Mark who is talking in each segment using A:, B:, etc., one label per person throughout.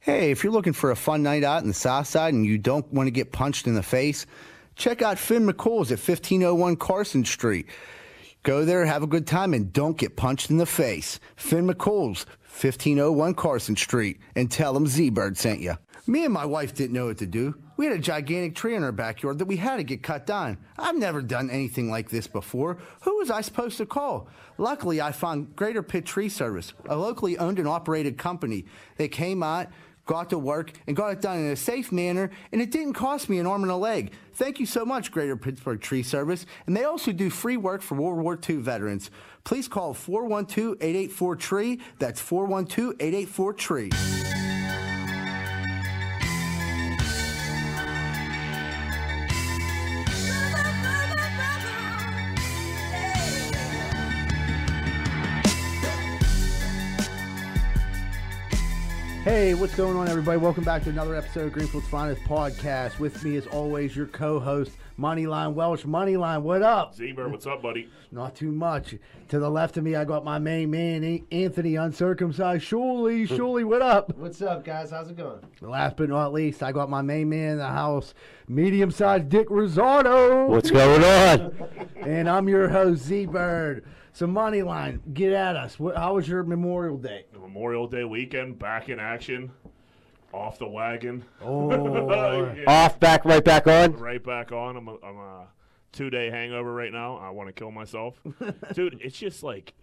A: Hey, if you're looking for a fun night out in the South Side and you don't want to get punched in the face, check out Finn McCool's at 1501 Carson Street. Go there, have a good time, and don't get punched in the face. Finn McCool's, 1501 Carson Street, and tell them Z Bird sent you. Me and my wife didn't know what to do. We had a gigantic tree in our backyard that we had to get cut down. I've never done anything like this before. Who was I supposed to call? Luckily, I found Greater Pitt Tree Service, a locally owned and operated company. They came out, got to work, and got it done in a safe manner, and it didn't cost me an arm and a leg. Thank you so much, Greater Pittsburgh Tree Service. And they also do free work for World War II veterans. Please call 412 884 TREE. E That's 412 884 TREE. Hey, what's going on, everybody? Welcome back to another episode of Greenfield's Finest Podcast. With me, as always, your co-host Moneyline Welsh. Moneyline, what up?
B: Zebra, what's up, buddy?
A: Not too much. To the left of me, I got my main man, An- Anthony Uncircumcised. Surely, surely, what up?
C: What's up, guys? How's it going?
A: Last but not least, I got my main man in the house, medium-sized Dick Rosado.
D: What's going on?
A: And I'm your host, Z Bird. So, Moneyline, get at us. What, how was your Memorial Day?
B: The Memorial Day weekend, back in action, off the wagon,
A: Oh,
B: Yeah,
D: Off, back, right back on.
B: right back on. I'm a, I'm a two day hangover right now. I want to kill myself, dude. It's just like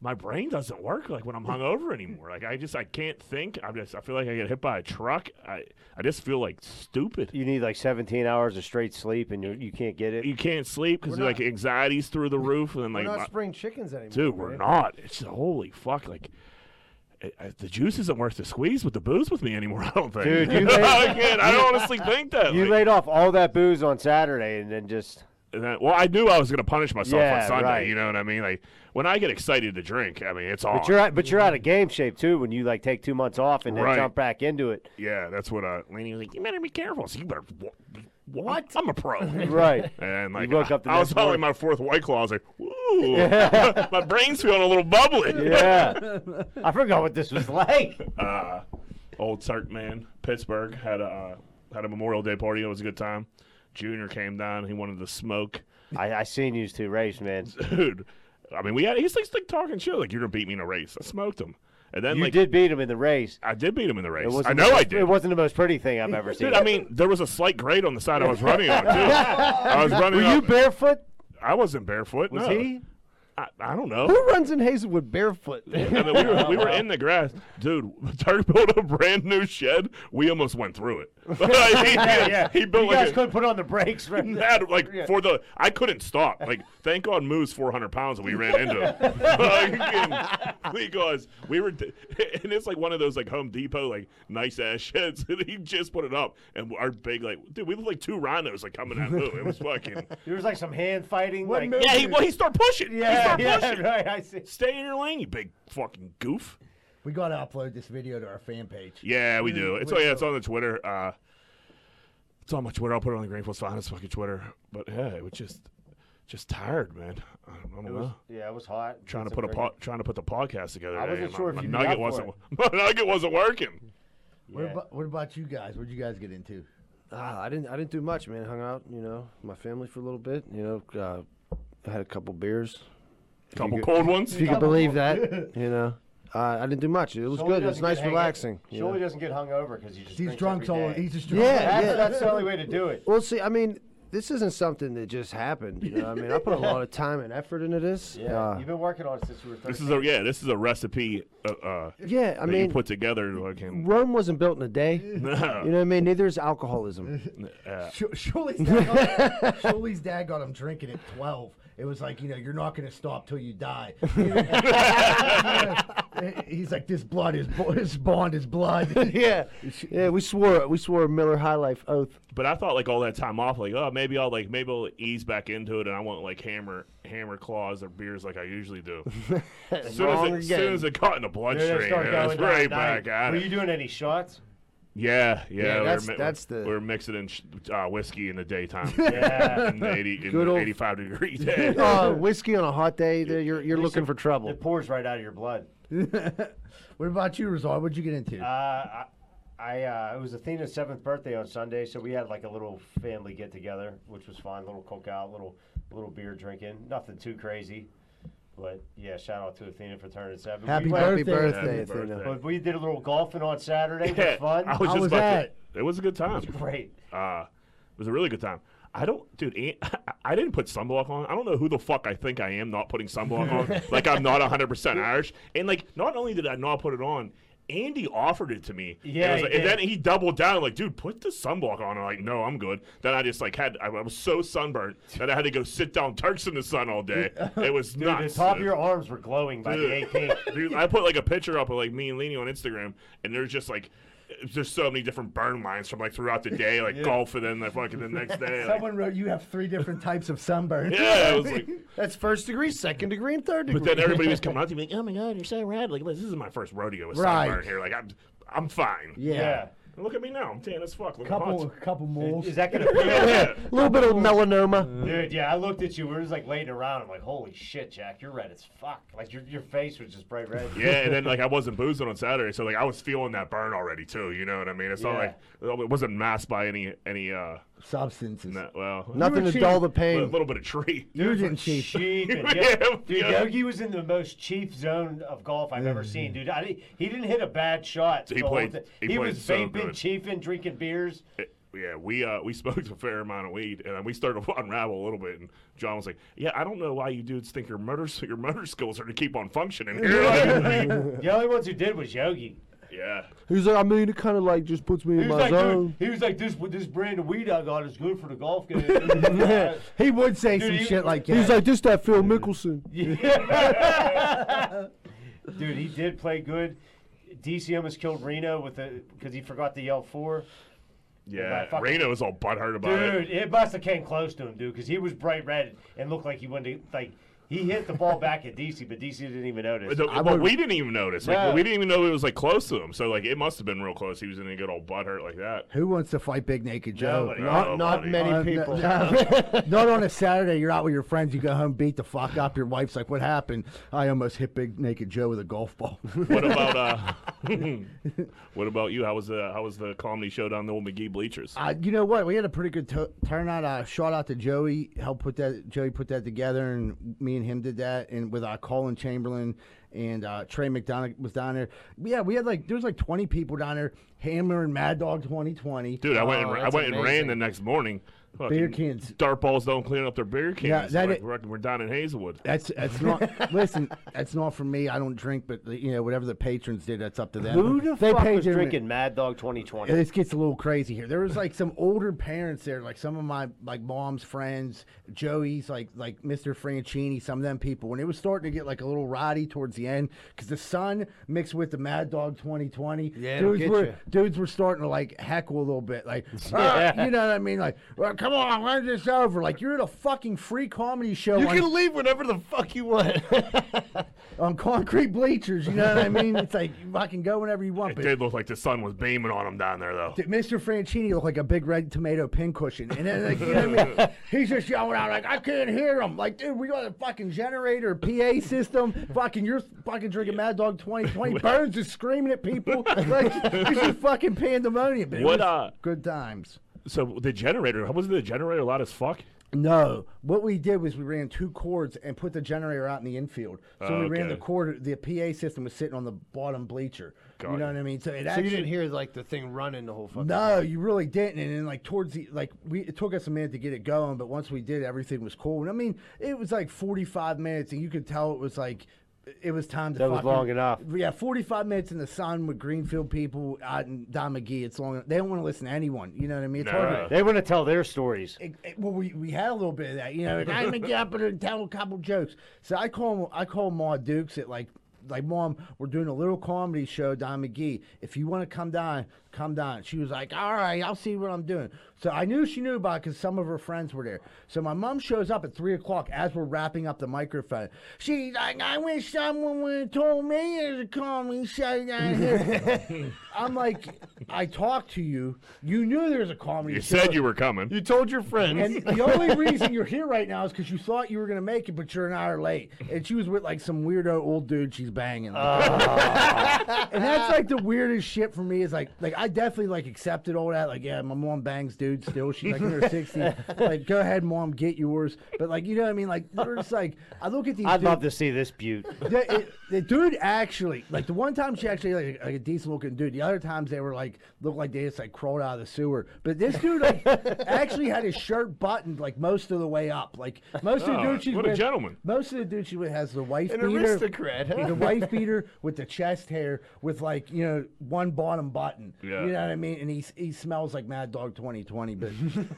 B: my brain doesn't work like when I'm hungover anymore. Like I just I can't think. I'm just I feel like I get hit by a truck. I I just feel like stupid.
D: You need like 17 hours of straight sleep, and you you can't get it.
B: You can't sleep because
C: We're
B: like
C: not-
B: anxiety's through the roof, and then
C: We're
B: like
C: not
B: my-
C: spring chickens anymore.
B: dude, we're
C: man.
B: not. It's holy fuck like. I- I- the juice isn't worth the squeeze with the booze with me anymore. I don't think.
D: Dude, you
B: I
D: laid-
B: can't. I don't honestly think that.
D: You
B: like-
D: laid off all that booze on Saturday, and then just
B: and that- well, I knew I was going to punish myself on
D: Yeah,
B: Sunday.
D: right.
B: You know what I mean? Like when I get excited to drink, I mean it's on.
D: but you're out, but you're out of game shape too when you like take two months off and then
B: Right.
D: jump back into it.
B: yeah, that's what uh, Laney was like. You better be careful. So you better what? I'm a pro.
D: Right.
B: And like
D: woke
B: I,
D: up the
B: I was
D: next
B: following
D: morning.
B: my fourth white claw. I was like, ooh, my brain's feeling a little bubbly.
D: Yeah. I forgot what this was like.
B: uh, old Turk man, Pittsburgh had a uh, had a Memorial Day party. It was a good time. Junior came down. He wanted to smoke.
D: I, I seen you two race, man.
B: Dude, I mean, we had he's like, like talking shit. Like you're gonna beat me in a race. I smoked him, and then
D: You
B: like
D: did beat him in the race.
B: I did beat him in the race.
D: It wasn't
B: I
D: the
B: know I
D: most-
B: did.
D: It wasn't the most pretty thing I've ever seen.
B: Dude, I mean, there was a slight grade on the side I was running on. Too. I was running.
D: were you
B: up-
D: barefoot?
B: I wasn't barefoot.
D: Was
B: no.
D: he?
B: I, I don't know.
D: runs in Hazelwood barefoot?
B: I mean, we were, we were in the grass, dude. Turk built a brand new shed. We almost went through it. Like, he, he built
D: you
B: like
D: guys
B: a-
D: couldn't put on the brakes. Right?
B: mad, like for the I couldn't stop. Like thank God Moose 400 pounds and we ran into him Like, and- because we were d- and it's like one of those like Home Depot like nice ass sheds. And he just put it up and our big like dude we looked like two rhinos like coming out. It was fucking
D: There was like some hand fighting.
C: What
D: like,
C: movie?
B: yeah. He, well he started pushing. he
D: yeah,
B: started
D: yeah,
B: pushing.
D: right. I see.
B: Stay in your lane, you big fucking goof.
C: We got to upload this video to our fan page.
B: Yeah, we do. It's oh yeah, it's on the Twitter. Uh, it's on my Twitter. I'll put it on the Greenfield's finest fucking Twitter. But yeah, it was just just tired, man. I don't, I don't know.
D: Yeah, it was hot.
B: trying to
D: It's
B: put a
D: freaking-
B: po- trying to put the podcast together.
D: I
B: today,
D: wasn't
B: and
D: sure
B: my,
D: if you'd
B: my
D: be up
B: nugget
D: for
B: wasn't my nugget wasn't working.
C: What,
D: Yeah.
C: about, what about you guys? What would you guys get into?
E: Ah, I didn't. I didn't do much, man. Hung out, you know, with my family for a little bit. You know, uh, I had a couple beers.
B: A couple
E: could-
B: cold ones.
E: If you can believe that, you know, uh, I didn't do much. It was
D: Surely
E: good. It was
D: doesn't
E: nice,
D: get hang-
E: relaxing. you
D: Surely
E: know.
D: doesn't get hung over because he just
C: He's
D: drinks
C: drunk,
D: every
C: so
D: day.
C: he's just drunk.
E: Yeah.
D: That's, that's the only way to do it.
E: Well, see, I mean, this isn't something that just happened. You know, I mean, I put a lot of time and effort into this.
D: Yeah,
E: Uh,
D: you've been working on it since you were 13.
B: This is a yeah. This is a recipe. Uh, uh,
E: yeah. I
B: that you
E: mean,
B: put together. Like, and,
E: Rome wasn't built in a day. You know
B: no,
E: what I mean? Neither is alcoholism.
B: uh,
C: Shu- Shuli's dad, got, Shuli's dad got him drinking at 12. It was like, you know, you're not going to stop till you die. He's like, this blood is, bo- this bond is blood.
E: yeah, yeah. We swore we swore a Miller High Life oath.
B: but I thought like all that time off, like oh maybe I'll like maybe I'll ease back into it, and I won't like hammer hammer claws or beers like I usually do. As soon as,
E: Wrong
B: it, as soon
E: again.
B: as it got in the bloodstream, it was right back at
D: Were
B: it.
D: you doing any shots?
B: Yeah, yeah. we were
E: that's-
B: mi-
E: that's the-
B: we were mixing in sh- uh, whiskey in the daytime. Yeah, in the 80, in
E: Good
B: the
E: old-
B: 85 degree day.
F: Oh,
E: Uh, whiskey on a hot day. there You're you're looking for trouble.
D: It pours right out of your blood.
C: what about you, Rizal? What'd you get into?
D: Uh, I, I uh, it was Athena's seventh birthday on Sunday, so we had like a little family get together, which was fun. Little cookout, little little beer drinking, nothing too crazy. But yeah, shout out to Athena for turning seven.
C: Happy
D: we went-
E: Happy
C: Birthday.
E: birthday,
B: Happy
E: Athena.
B: birthday.
D: But we did a little golfing on Saturday. It was fun.
B: I was
C: How
B: just
C: was
B: about
C: that?
B: To, it was a good time.
D: Great.
B: Uh, it was a really good time. I don't, dude. Ant, I didn't put sunblock on. I don't know who the fuck I think I am not putting sunblock on. like I'm not 100 percent Irish. And like, not only did I not put it on, Andy offered it to me. And
D: Yeah,
B: I was
D: he
B: like- and
D: did.
B: then he doubled down. Like, dude, put the sunblock on. I'm like, no, I'm good. Then I just like had. I, I was so sunburned that I had to go sit down Turks in the sun all day. It was
D: The
B: nuts.
D: top of
B: dude.
D: your arms were glowing by the 18th.
B: Ah, Dude, I put like a picture up of like me and Leni on Instagram, and there's just like there's so many different burn lines from like throughout the day, like golf, and then the fucking the next day. like-
C: Someone wrote you have three different types of sunburn.
B: yeah, it was like.
E: That's first degree, second degree, and third degree.
B: But then everybody was coming up to me like, "Oh my god, you're so rad!" Like, this is my first rodeo with
C: Right.
B: sunburn here. Like, I'm I'm fine.
C: yeah.
B: And look at me now. I'm tan as fuck. Look
C: Couple,
B: hot.
C: couple
D: yeah.
C: moles.
D: Is that gonna feel?
B: Yeah.
E: a little bit of melanoma.
D: Dude, yeah, I looked at you. We were just like laying around. I'm like, holy shit, Jack, you're red as fuck. Like your your face was just bright red.
B: Yeah, and then like I wasn't boozing on Saturday, so like I was feeling that burn already too. You know what I mean? It's
D: Yeah.
B: not like it wasn't masked by any any uh
C: Substances.
B: no- well
E: Nothing to
C: cheating.
E: dull the
B: a
E: pain.
B: little bit of tree.
C: You didn't cheat.
D: Cheap. And,
B: Yeah,
D: yeah, dude,
B: yeah.
D: Yogi was in the most cheap zone of golf I've ever
C: Mm-hmm.
D: seen, dude. I, didn't- he didn't hit a bad shot.
B: He
D: the whole
B: played-
D: thing.
B: he
D: He,
B: played
D: was
B: so
D: vaping,
B: good.
D: chiefing, drinking beers.
B: it- Eh, yeah, we uh, we smoked a fair amount of weed, and we started to unravel a little bit. And John was like, "Yeah, I don't know why you dudes think your motor your motor skills are to keep on functioning." here." Like,
D: The only ones who did was Yogi.
B: yeah,
E: He's like, I mean, it kind of like just puts me
D: He
E: in
D: was
E: my
D: like, dude,
E: zone.
D: he was like, this this brand of weed I got is good for the golf game.
C: He would say
D: Dude,
C: some
D: you-
C: shit like that.
E: He's like, just that Phil Mickelson.
D: Yeah. Dude, he did play good. DC almost killed Reno with a because he forgot to yell four.
B: yeah.
D: I fucking-
B: Reno was all butthurt about it.
D: Dude, it must have came close to him, dude, because he was bright red and looked like he wanted to like he hit the ball back at DC, but DC didn't even notice.
B: But
E: would-
B: we didn't even notice. Like,
D: No.
B: We didn't even know it was like close to him. So like, it must have been real close. He was in a good old butthurt like that.
C: Who wants to fight Big Naked Joe?
B: Nobody.
E: Not,
B: Oh,
E: not
B: buddy.
E: many
C: Uh, no-
E: people.
C: no. not on a Saturday. You're out with your friends. You go home, beat the fuck up. Your wife's like, "What happened? I almost hit Big Naked Joe with a golf ball."
B: What about uh, what about you? How was the how was the comedy show down the old McGee bleachers?
C: Uh, you know what? We had a pretty good to- turnout. Uh, shout out to Joey. Helped put that. Joey put that together, and me and him did that. And with uh, Colin Chamberlain and uh, Trey McDonough was down there. Yeah, we had like there was like 20 people down there. Hammer and Mad Dog 2020.
B: Dude, I went and,
E: Oh,
B: ra- I
E: that's
B: went and ran
E: amazing.
B: the next morning. Fucking
C: cans.
B: Dart balls don't clean up their beer cans.
C: Yeah, that
B: like,
C: i-
B: we're, we're down in Hazelwood.
C: That's that's not. listen, that's not for me. I don't drink, but you know whatever the patrons did, that's up to them.
D: Who the fuck was
C: their-
D: drinking Mad Dog
C: Yeah,
D: 2020?
C: this gets a little crazy here. There was like some older parents there, like some of my like mom's friends, Joey's, like like Mr. Franchini, some of them people. When it was starting to get like a little roddy towards the end, because the sun mixed with the Mad Dog 2020,
E: Yeah, it'll
C: dudes
E: get
C: were
E: ya.
C: dudes were starting to like heckle a little bit, like
D: Yeah.
C: "Ah," you know what I mean, like well, come on, when's this over? Like you're at a fucking free comedy show
E: You
C: on,
E: can leave whenever the fuck you want.
C: on concrete bleachers. You know what I mean? It's like you fucking go whenever you want.
B: It
C: but
B: did look like the sun was beaming on him down there, though.
C: Dude, Mr. Franchini looked like a big red tomato pincushion. And then, like, you know what I mean? He's just yelling out, like, I can't hear him. Like, dude, we got a fucking generator, PA system. Fucking, you're fucking drinking Mad Dog 2020. Burns is screaming at people. Like, this is fucking pandemonium. But it
B: What,
C: was
B: uh,
C: Good tims.
B: So the generator, wasn't the generator loud as fuck?
C: No, what we did was we ran two cords and put the generator out in the infield. So
B: Oh,
C: we ran
B: okay.
C: the cord. The PA system was sitting on the bottom bleacher.
B: Got
C: you know
B: it.
C: what I mean? So it
E: so
C: actually
E: you didn't hear like the thing running the whole fucking.
C: No, you really didn't. And then like towards the like we it took us a minute to get it going, but once we did, everything was cool. And I mean, it was like forty five minutes, and you could tell it was like it was time to.
D: That was
C: fucking-
D: long enough.
C: Yeah, forty five minutes in the sun with Greenfield people out in Don McGee. It's long. They don't want to listen to anyone. You know what I mean? It's hard to-
B: Nah.
D: They want to tell their stories.
C: it- it- well, we, we had a little bit of that, you know. Like, I'm gonna get up and tell a couple jokes. So I call I call Ma Dukes at like like Mom, we're doing a little comedy show, Don McGee. If you want to come down, come down. She was like, All right, I'll see what I'm doing. So I knew she knew about because some of her friends were there. So my mom shows up at three o'clock as we're wrapping up the microphone. She's like, I wish someone would have told me there's a comedy show down here. I'm like, I talked to you. You knew there was a comedy
B: You
C: show.
B: said you were coming.
E: You told your friends.
C: And the only reason you're here right now is because you thought you were going to make it, but you're an hour late. And she was with like some weirdo old dude she's banging. and that's like the weirdest shit for me is like like I definitely like accepted all that. Like, yeah, my mom bangs dude still. She's like in her sixties. Like, go ahead, mom, get yours. But like you know what I mean? Like they're just like I look at these
D: I'd
C: dudes-
D: love to see this butte.
C: the, it- the dude actually, like the one time she actually like, like a decent looking dude. The other times they were like looked like they just like crawled out of the sewer. But this dude like actually had his shirt buttoned like most of the way up. Like most of the
B: Oh,
C: dude she's
B: what a
C: with-
B: gentleman.
C: Most of the dude she with has the wife
F: An
C: beater,
F: aristocrat, huh?
C: the wife beater with the chest hair with like you know one bottom button.
B: Yeah.
C: You know what I mean? And he he smells like Mad Dog 2020. But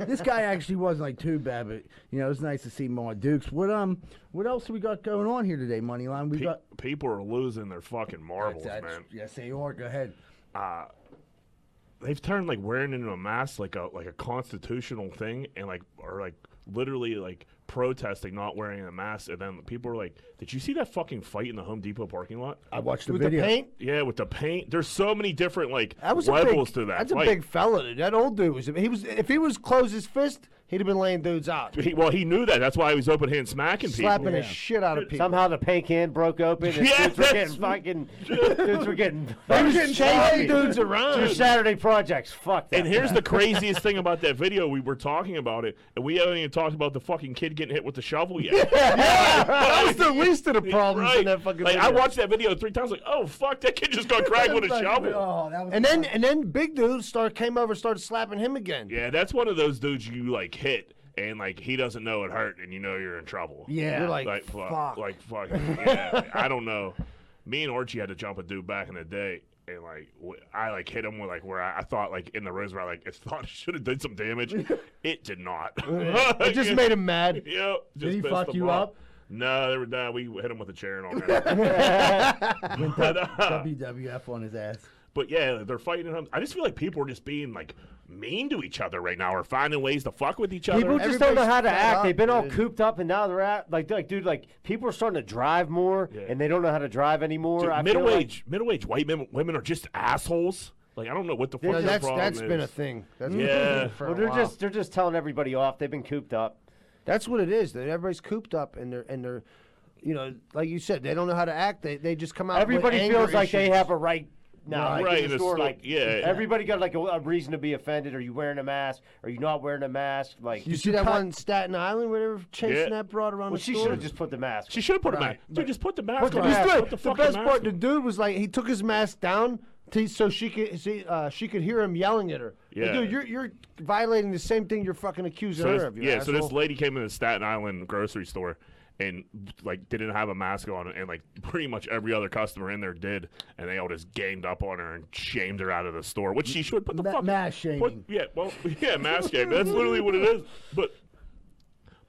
C: this guy actually wasn't like too bad. But you know it was nice to see more Dukes. What um what else we got going on here today, Moneyline? We
B: Pe-
C: got
B: people are losing their fucking marbles, man.
C: yes they are. Go ahead.
B: They've turned like wearing into a mask like a like a constitutional thing, and like are like literally like protesting not wearing a mask, and then people are like, "Did you see that fucking fight in the Home Depot parking lot?"
C: I watched the
F: With
C: video.
F: the paint?
B: Yeah, with the paint. There's so many different like
F: That was
B: levels
F: a big,
B: to that.
F: That's
B: fight.
F: a big fella. dude. That old dude was. He was. If he was close his fist, he'd have been laying dudes out,
B: He, well, he knew that. That's why he was open hand smacking
F: slapping
B: people.
F: the shit out of people.
D: Somehow the paint can broke open and
B: Yeah,
D: dudes were
B: that's-
D: getting fucking dudes were getting
F: He was
D: fucking sloppy.
F: chasing dudes around.
D: Your Saturday projects. Fuck that.
B: And here's the craziest thing about that video. We were talking about it, and we haven't even talked about the fucking kid getting hit with the shovel yet.
F: that was the least of the problems in that fucking.
B: Like I
F: video.
B: watched that video three times. Like, oh fuck, that kid just got cracked with a shovel.
C: Oh, that was
F: And then and then big dude start came over, started slapping him again.
B: Yeah, that's one of those dudes you like hit, and like he doesn't know it hurt, and you know you're in trouble.
C: yeah.
F: You're like,
B: like fu-
F: fuck.
B: like fuck. yeah, like, I don't know. Me and Orchie had to jump a dude back in the day. And like w- I like hit him with like where I, I thought like in the ribs where I like it thought it should have did some damage, it did not.
F: It just made him mad.
B: Yep. Did
C: he fuck you up?
B: No, they were nah, We hit him with a chair and all that. but, uh,
C: WWF on his ass.
B: but yeah, they're fighting him. I just feel like people are just being like mean to each other right now, or finding ways to fuck with each other.
D: People just don't know
F: Everybody's
D: how to
F: fed
D: act.
F: up,
D: They've been all
F: dude.
D: cooped up, and now they're at like, like, dude, like people are starting to drive more, and they don't know how to drive anymore.
B: Dude,
D: I feel
B: middle
D: like-
B: age, middle age white men, women are just assholes. Like I don't know what the fuck.
F: No,
B: their
F: that's
B: problem
F: that's been a
B: is.
F: thing. That's been a
B: Yeah.
F: thing for
D: well,
F: a
D: they're
F: while.
D: just they're just telling everybody off. They've been cooped up.
F: that's what it is. That everybody's cooped up and they're and they're, you know, like you said, they don't know how to act. They they just come out. with
D: Everybody
F: anger
D: feels like they
F: issues.
D: have a right now. Like
B: Right,
D: in
B: and
D: the
B: it's
D: store,
B: still-
D: like
B: yeah.
D: everybody got like a, a reason to be offended. Are you wearing a mask? Are you not wearing a mask? Like
F: You see that one in Staten Island, where they were chasing
B: Yeah.
F: that broad around
D: well,
F: the
D: she
F: store.
D: should have just put the mask.
B: She should have put a mask. Dude, just put the mask
F: Put
B: on.
F: the
B: Just
F: mask-
B: put the
F: the
B: fucking
F: best
B: mask
F: part,
B: on.
F: the dude was like, he took his mask down to, so she could see, uh, she could hear him yelling at her. Like,
B: Yeah.
F: dude, you're you're violating the same thing you're fucking accusing
B: So
F: her
B: this-
F: of. you
B: yeah, so this
F: asshole.
B: lady came in the Staten Island grocery store and like didn't have a mask on, and like pretty much every other customer in there did, and they all just gamed up on her and shamed her out of the store, which she should put the
C: Ma-
B: fuck
C: mask
B: put-
C: shaming.
B: yeah, well, yeah, mask shaming. That's literally what it is. But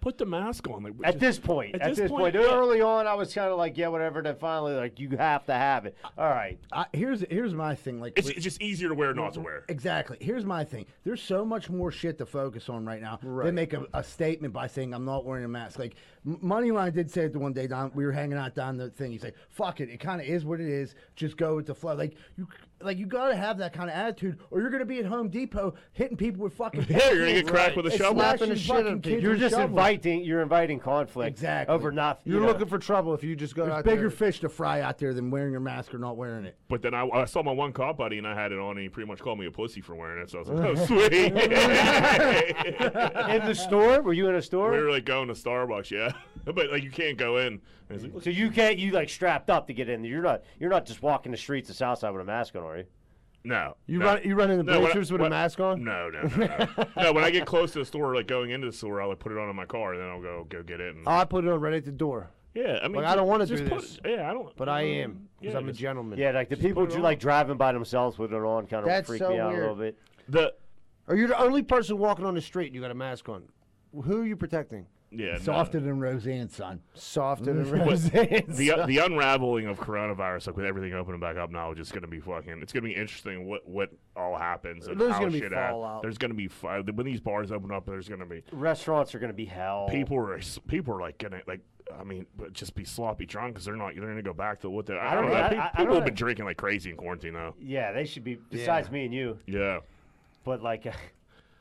B: put the mask on. Like,
D: At
B: just-
D: this point, at, this, point,
B: yeah.
D: early on, I was kind of like, yeah, whatever. Then finally, like, you have to have it. All right.
C: I, here's here's my thing. Like
B: it's,
C: with-
B: it's just easier to wear, not to wear.
C: Exactly. Here's my thing. There's so much more shit to focus on right now. They make a, a statement by saying I'm not wearing a mask. Like M- Moneyline did say it the one day. Don, we were hanging out down the thing. He's like, "Fuck it. It kind of is what it is. Just go with the flow." Like you, like you gotta have that kind of attitude, or you're gonna be at Home Depot hitting people with fucking.
B: Yeah, you're gonna get cracked with a
C: It's
B: shovel.
C: smashing
F: Slapping the shit out of
C: fucking
F: people.
C: kids
D: You're
C: with
D: just
C: shovels.
D: inviting. You're inviting conflict.
C: Exactly.
D: Over nothing.
F: you're
D: you know.
F: looking for trouble if you just go
C: There's
F: out
C: bigger
F: there.
C: fish to fry out there than wearing your mask or not wearing it.
B: But then I, I saw my one cop buddy and I had it on, and he pretty much called me a pussy for wearing it. So I was like, oh, sweet.
D: in the store. Were you in a store?
B: We were like going to Starbucks, yeah, but like you can't go in. And it's like, "Look,
D: So you can't you like strapped up to get in there. You're not you're not just walking the streets of Southside with a mask on, are you?
B: no,
F: You
B: no.
F: run you run in the
B: No, when I-
F: bleachers with a
B: when-
F: mask on.
B: No, no, no, no. no. When I get close to the store, like going into the store, I'll like put it on in my car, and then I'll go go get it. And,
F: Oh, I put it on right at the door,
B: yeah, I mean,
F: like, I don't wanna
B: just
F: do
B: put-
F: this.
B: Yeah, I don't.
F: but I am
B: Mm-hmm.
F: because
B: yeah,
F: I'm a
B: just-
F: gentleman.
D: Yeah, like the people who like driving by themselves with it on kind of
F: That's
D: freak
F: so
D: me out
F: weird.
D: a little bit.
B: The
F: Or you're the only person walking on the street. and You got a mask on. Who are you protecting?
B: yeah, no.
C: Softer than Roseanne, son.
F: Softer than
B: Mm-hmm. the the unraveling of coronavirus, like with everything opening back up now, is just gonna be fucking. It's gonna be interesting what what all happens and
F: There's
B: how
F: gonna be
B: shit hap-
F: fallout.
B: There's gonna be fi- when these bars open up. There's gonna be
D: Restaurants are gonna be hell.
B: people are s- people are like gonna like I mean but just be sloppy drunk because they're not they're gonna go back to what they I,
D: I
B: don't,
D: don't
B: know
D: know. I-
B: Pe-
D: I- I
B: people
D: don't
B: have been
D: know.
B: drinking like crazy in quarantine though
D: Yeah, they should be besides me and you.
B: yeah
D: But like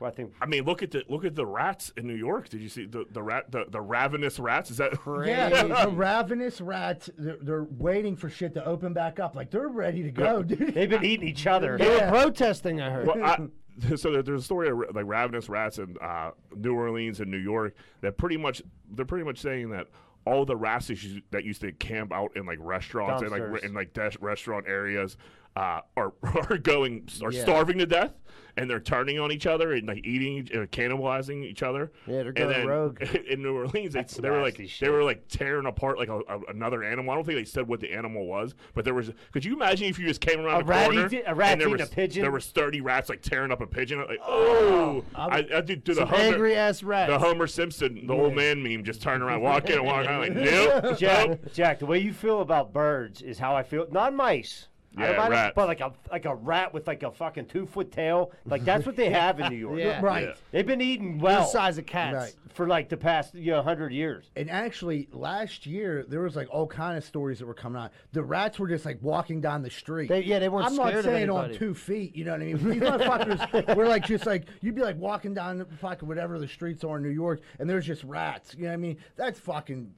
D: Well, I think
B: I mean, look at the look at the rats in New York. Did you see the the rat the, the ravenous rats? Is that
C: Yeah, the, the ravenous rats, they're, they're waiting for shit to open back up. Like, they're ready to go, dude.
D: they've been eating each other.
F: They were protesting, I heard.
B: Well, I, so there, there's a story of like ravenous rats in uh, New Orleans and New York that pretty much they're pretty much saying that all the rats that used- that used to camp out in like restaurants and like re-
D: Dumpsters.
B: in like des- restaurant areas uh, are are going are starving to death and they're turning on each other and like eating uh, cannibalizing each other.
E: Yeah, they're
B: And
E: going
B: then
E: rogue.
B: in New Orleans. They,
D: That's
B: they were like
D: nasty
B: they
D: shit.
B: were like tearing apart like a, a- another animal. I don't think they said what the animal was, but there was. Could you imagine if you just came around
D: A
B: the
D: rat
B: corner
D: eating- a rat
B: and there
D: eating
B: was
D: a pigeon?
B: there was thirty rats like tearing up a pigeon? Like oh, I, I did do the Homer,
F: Angry ass rat.
B: the Homer Simpson, the old man meme, just turn around, walk in and walk out like nope, nope.
D: Jack, Jack, the way you feel about birds is how I feel. Not mice. I don't
B: Yeah,
D: mind it,
B: rats.
D: but like a like a rat with like a fucking two foot tail. Like that's what they have in New York.
F: Yeah.
C: Right.
D: They've been eating
F: the
D: well
F: size of cats.
C: Right.
D: for like the past you know, hundred years.
C: And actually, last year there was like all kind of stories that were coming out. The rats were just like walking down the street.
F: They- yeah, they weren't
C: I'm
F: scared
C: not
F: of
C: saying on
F: anybody.
C: two feet. You know what I mean? These motherfuckers were like just like you'd be like walking down the fucking whatever the streets are in New York, and there's just rats. You know what I mean? That's fucking.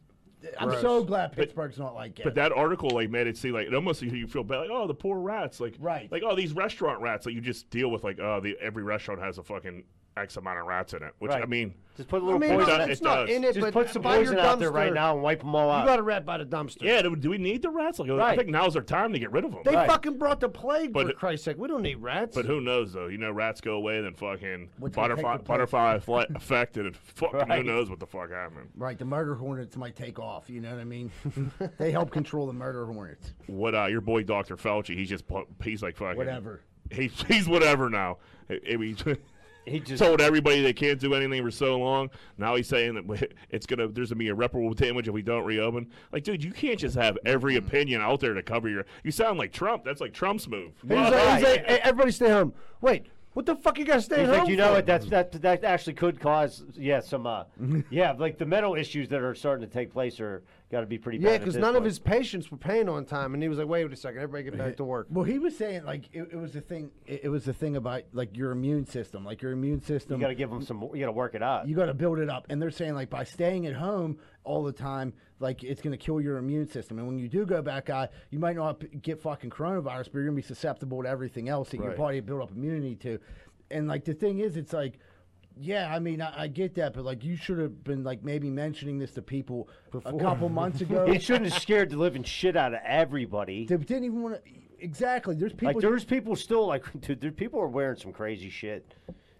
C: I'm so glad Pittsburgh's not like it.
B: But that article like made it seem like it almost you feel bad, like oh the poor rats, like
C: Right.
B: like oh these restaurant rats, like you just deal with like oh the every restaurant has a fucking x amount of rats in it, which I
D: Right.
B: mean
D: Just put a little
F: I mean,
B: It
F: no,
B: does-
D: poison.
F: that's
B: it
F: not
B: does.
F: in it,
D: Just
F: but
D: put some
F: by your
D: poison out there
F: dumpster.
D: right now and wipe them all
F: You
D: out.
F: got a rat by the dumpster.
B: Yeah, do, do we need the rats? Like, I
D: Right.
B: think now's our time to get rid of them.
F: They
D: Right.
F: fucking brought the plague, for
B: But-
F: Christ's sake. We don't need rats.
B: but who knows though? You know, rats go away, then fucking
C: What's gonna
B: butterfly
C: take the place?
B: butterfly fly, effect, and it fucking who
D: Right.
B: knows what the fuck happened.
C: right, the murder hornets might take off. You know what I mean? they help control the murder hornets.
B: What uh, your boy Doctor Fauci? He's just bu- he's like fucking
C: Whatever.
B: He's he's whatever now. I- I mean,
D: He just
B: told everybody they can't do anything for so long. Now he's saying that it's gonna there's gonna be irreparable damage if we don't reopen. Like, dude, you can't just have every
F: Mm.
B: opinion out there to cover your. You sound like Trump. That's like Trump's move.
F: He's like, he's like, "Hey, everybody stay home. Wait, what the fuck you gotta stay
D: He's
F: home
D: like, you know
F: for?"
D: what? That's that that actually could cause yeah some uh yeah like the mental issues that are starting to take place are got to be pretty bad.
F: Yeah,
D: at
F: because
D: this
F: none of
D: point.
F: his patients were paying on time, and he was like, "Wait a second, everybody get back to work."
C: Well, he was saying like it, it was the thing. It, it was the thing about like your immune system, like your immune
D: you
C: system.
D: got to give him some. You got to work it out.
C: you got to build it up and they're saying like by staying at home all the time like it's going to kill your immune system and when you do go back out you might not p- get fucking coronavirus but you're going to be susceptible to everything else that your body built up immunity to and like the thing is it's like yeah, I mean, I, I get that, but like, you should have been like maybe mentioning this to people a couple months ago.
D: He shouldn't have scared the living shit out of everybody.
C: They didn't even want to. Exactly. There's people.
D: Like there's people still like dude, there, people are wearing some crazy shit.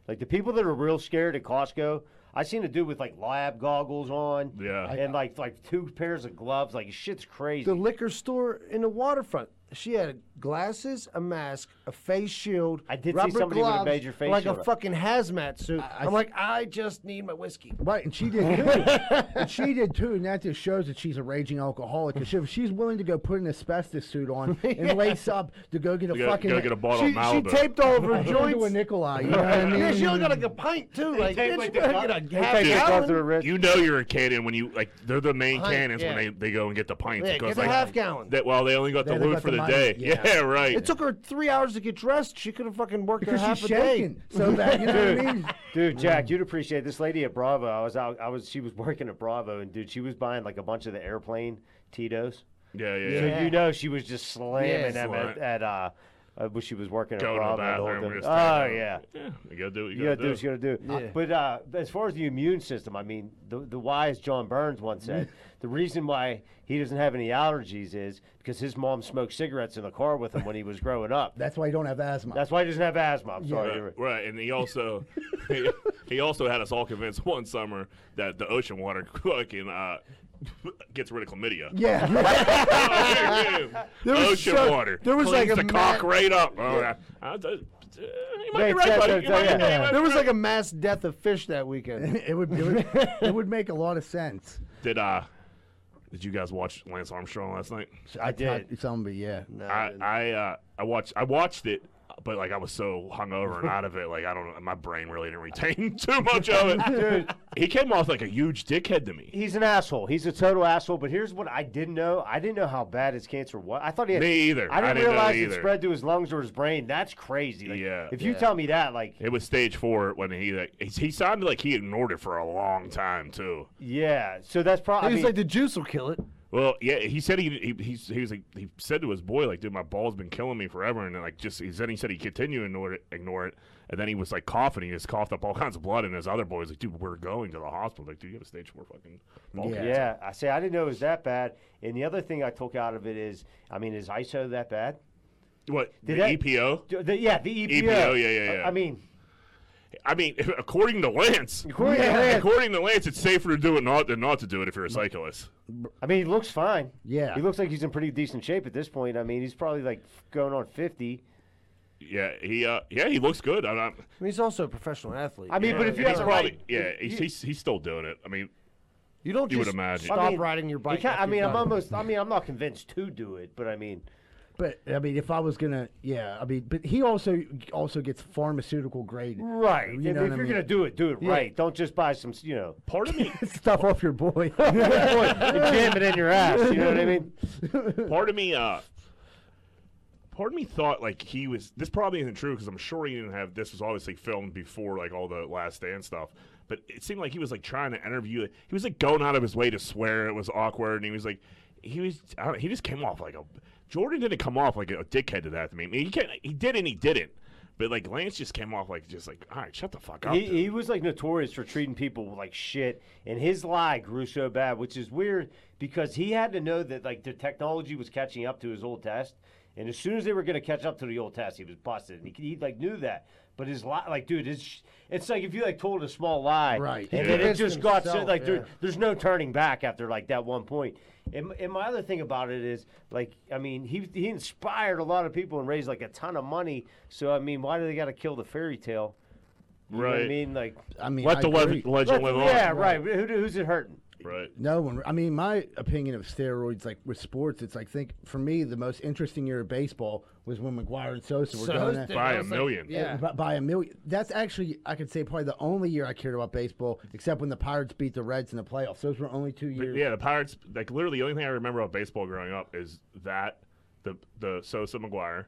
D: Like the people that are real scared at Costco. I seen a dude with like lab goggles on.
B: Yeah.
D: And like like two pairs of gloves. Like shit's crazy.
F: The liquor store in the waterfront. She had glasses, a mask, a face shield.
D: I did see
F: rubber
D: somebody with a
F: gloves,
D: major face
F: like a
D: shield.
F: fucking hazmat suit. I, am like, I just need my whiskey.
C: Right, and she did too. and she did too, and that just shows that she's a raging alcoholic. Because if she's willing to go put an asbestos suit on and lace up to go get a
B: You gotta,
C: fucking
B: gotta get a bottle of
F: She, she
B: Malibu.
F: taped all of her
C: I go into a
F: joints.
C: Nikolai. You know what I mean?
F: yeah, she only got like a pint too. Like,
D: taped,
F: bitch,
D: like,
F: you
D: the
F: better
D: cup- they
F: get a half
D: taped the cup
F: gallon.
D: to the wrist.
B: You know you're a cannon when you like they're the main
F: Pint,
B: cannons when
F: yeah.
B: they, they go and get the pints
F: Yeah,
B: because
F: get the
B: like
F: half gallon.
B: That well they only got
C: They
B: the
C: only
B: loot
C: got
B: for
C: the
B: the,
C: money,
B: day.
C: yeah.
B: Yeah, right.
F: It took her three hours to get dressed. She could have fucking worked
C: Because
F: her half
C: she's
F: a day.
C: shaking so bad. You know what I mean?
D: Dude, Jack, you'd appreciate this lady at Bravo. I was out. I was. She was working at Bravo, and dude, she was buying like a bunch of the airplane Tito's.
B: yeah, yeah, yeah.
D: So you know she was just slamming
B: Yeah,
D: them at,
B: slut.
D: at uh, uh, when she was working at
B: Go to the
D: Bravo. whole
B: bathroom.
D: thing.
B: we're just
D: oh
B: hanging
D: yeah.
B: out. yeah. You gotta do what you,
D: You gotta do what you gotta do. But uh, as far as the immune system, I mean, the, the wise John Burns once said the reason why he doesn't have any allergies is because his mom smoked cigarettes in the car with him when he was growing up.
C: That's why you don't have asthma.
D: That's why he doesn't have asthma. I'm sorry.
B: Right,
D: you're right.
B: right, and he also he, he also had us all convinced one summer that the ocean water fucking uh, gets rid of chlamydia.
C: yeah.
F: was
B: ocean
F: so-
B: water.
F: there was
B: Cleans
F: like a
B: the cock
F: ma-
B: right up. Oh, yeah. I, I, you might be
D: Wait,
B: right,
D: that-
B: buddy.
D: that-
B: You might be right.
D: that- yeah.
B: You might
F: There
B: be
F: was
B: right.
F: like a mass death of fish that weekend.
C: it would. It would, it would make a lot of sense.
B: Did uh, did you guys watch Lance Armstrong last night?
C: I
D: did.
C: Zombie. Yeah.
B: I I, uh, I watched I watched it but like I was so hungover and out of it, like I don't, my brain really didn't retain too much of it. Dude, he came off like a huge dickhead to me.
D: He's an asshole. He's a total asshole. But here's what I didn't know: I didn't know how bad his cancer was. I thought he had
B: Me either.
D: I didn't,
B: I didn't know
D: realize it
B: either.
D: spread to his lungs or his brain. That's crazy. Like,
B: Yeah.
D: If you tell me that, like,
B: It was stage four when he like he, he sounded like he ignored it for a long time too.
D: yeah. So that's probably.
E: He's like the juice will kill it.
B: Well, yeah, he said he he he, he was like he said to his boy like, dude, my ball's been killing me forever, and then, like just he said he said he continued to ignore it, ignore it, and then he was like coughing, he just coughed up all kinds of blood, and his other boy was like, dude, we're going to the hospital, like, dude, you have a stage four fucking ball
D: Yeah.
B: cancer.
D: I say I didn't know it was that bad. And the other thing I took out of it is, I mean, is ISO that bad?
B: What
D: Did
B: the E
D: that-
B: EPO?
D: D- the- yeah, the EPO.
B: EPO, E yeah, yeah,
D: I-
B: yeah.
D: I mean,
B: I mean, according to Lance,
D: According to Lance.
B: according to Lance, it's safer to do it not than not to do it if you're a cyclist.
D: I mean, he looks fine.
C: Yeah.
D: he looks like he's in pretty decent shape at this point. I mean, he's probably like going on fifty.
B: Yeah, he uh, yeah, he looks good. I'm, I'm,
E: I mean, he's also a professional athlete.
D: I mean, but if you
B: he's
D: have the
B: probably
D: right,
B: yeah, he's, he's he's still doing it. I mean,
E: you don't
B: you would
E: just
B: imagine.
E: stop
D: I mean,
E: riding your
D: you
E: bike.
D: can't- I
E: after you've
D: mean, I'm
E: done it.
D: almost. I mean, I'm not convinced to do it, but I mean,
C: But I mean, if I was gonna, yeah, I mean, but he also also gets pharmaceutical grade,
D: right.
C: You
D: if
C: know
D: if
C: what I
D: you're
C: mean?
D: gonna do it, do it right. Don't just buy some, s- you know,
B: part of me
C: stuff off your boy.
D: jam it in your ass. You know what I mean?
B: part of me uh part of me thought like he was this probably isn't true because i'm sure he didn't have this was obviously filmed before like all the last stand stuff but it seemed like he was like trying to interview it he was like going out of his way to swear it was awkward and he was like he was I don't, he just came off like a jordan didn't come off like a, dickhead to that to me I mean, he can't he did and he didn't but like lance just came off like just like all right shut the fuck up
D: He,
B: dude."
D: he was like notorious for treating people like shit, and his lie grew so bad, which is weird because he had to know that like the technology was catching up to his old test, and as soon as they were going to catch up to the old test, he was busted, and he, he like knew that. But his lie, like dude, it's sh- it's like if you like told a small lie,
C: Right.
D: And
B: Yeah.
D: then it
E: Convinced
D: just got so
E: himself,
D: like dude,
E: yeah.
D: there's no turning back after like that one point. And, m- and my other thing about it is like I mean he he inspired a lot of people and raised like a ton of money. So I mean, why do they got to kill the fairy tale? You know what
B: Right.
D: I mean, like,
C: I mean,
B: let
C: I
B: the
C: agree.
B: legend, legend live on
D: yeah, right. Who, who's it hurting?
B: right
C: No one. I mean, my opinion of steroids, like with sports, it's like think for me the most interesting year of baseball was when McGuire and Sosa were going at,
B: by a million
C: yeah. by, by a million. That's actually I could say probably the only year I cared about baseball, except when the Pirates beat the Reds in the playoffs. Those were only two years.
B: Yeah, the Pirates. Like literally, the only thing I remember about baseball growing up is that the the Sosa McGuire,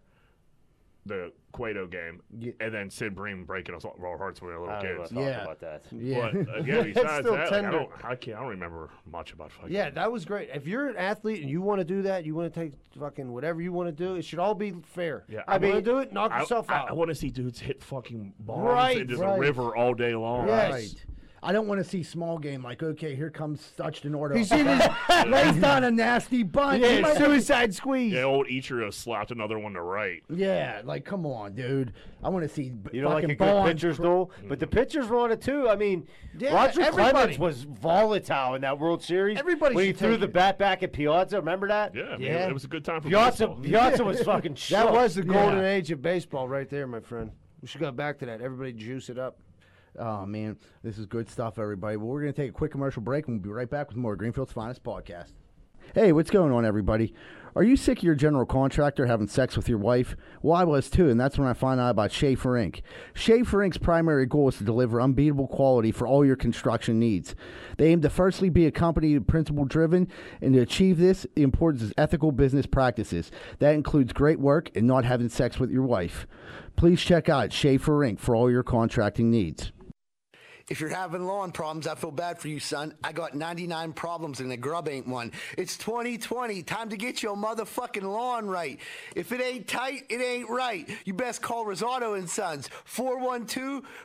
B: the Cueto game,
C: Ye-
B: and then Sid Bream breaking us all, our hearts when we were
D: I don't
B: little
D: know what's
B: kids.
D: talking
C: Yeah.
D: about that.
C: Yeah.
B: But uh, yeah, besides
E: still
B: that, like, I
E: tender.
B: don't. I can't. I don't remember much about fucking.
E: Yeah, that was great. If you're an athlete and you want to do that, you want to take fucking whatever you want to do. It should all be fair.
B: Yeah,
E: I,
B: I
E: want
B: mean-
E: to do it. Knock
B: I,
E: yourself
B: I,
E: out.
B: want to see dudes hit fucking bombs
E: Right,
B: into
E: right.
B: the river all day long.
E: Yes.
C: Right. I don't want to see small game like okay, here comes Suchtenor.
E: you see this?
C: lays down a nasty bunch. He might-
E: yeah, suicide squeeze.
B: Yeah, old Ichiro slapped another one to right.
C: Yeah, like come on, dude. I want to see b-
D: You know, like
C: fucking
D: a good
C: Bonds.
D: pitcher's duel,
B: Mm-hmm.
D: but the pitchers were on it too. I mean,
E: Yeah,
D: Roger
E: everybody.
D: Clemens was volatile in that World Series.
E: Everybody
D: when he
E: should
D: threw
E: take
D: the
E: it.
D: bat back at Piazza. Remember that?
B: Yeah, I mean,
E: Yeah.
B: It was a good time for
D: Piazza,
B: baseball.
D: Piazza was fucking.
E: That
D: shook.
E: was the golden
C: Yeah.
E: age of baseball right there, my friend. We should go back to that. Everybody juice it up.
C: Oh man, this is good stuff, everybody. Well, we're gonna take a quick commercial break, and we'll be right back with more Greenfield's Finest Podcast. Hey, what's going on, everybody? Are you sick of your general contractor having sex with your wife? Well, I was too, and that's when I found out about Schaefer Inc. Schaefer Inc.'s primary goal is to deliver unbeatable quality for all your construction needs. They aim to firstly be a company principle driven, and to achieve this, the importance is ethical business practices. That includes great work and not having sex with your wife. Please check out Schaefer Inc. for all your contracting needs.
A: If you're having lawn problems, I feel bad for you, son. I got 99 problems and the grub ain't one. It's 2020. Time to get your motherfucking lawn right. If it ain't tight, it ain't right. You best call Rosato and Sons.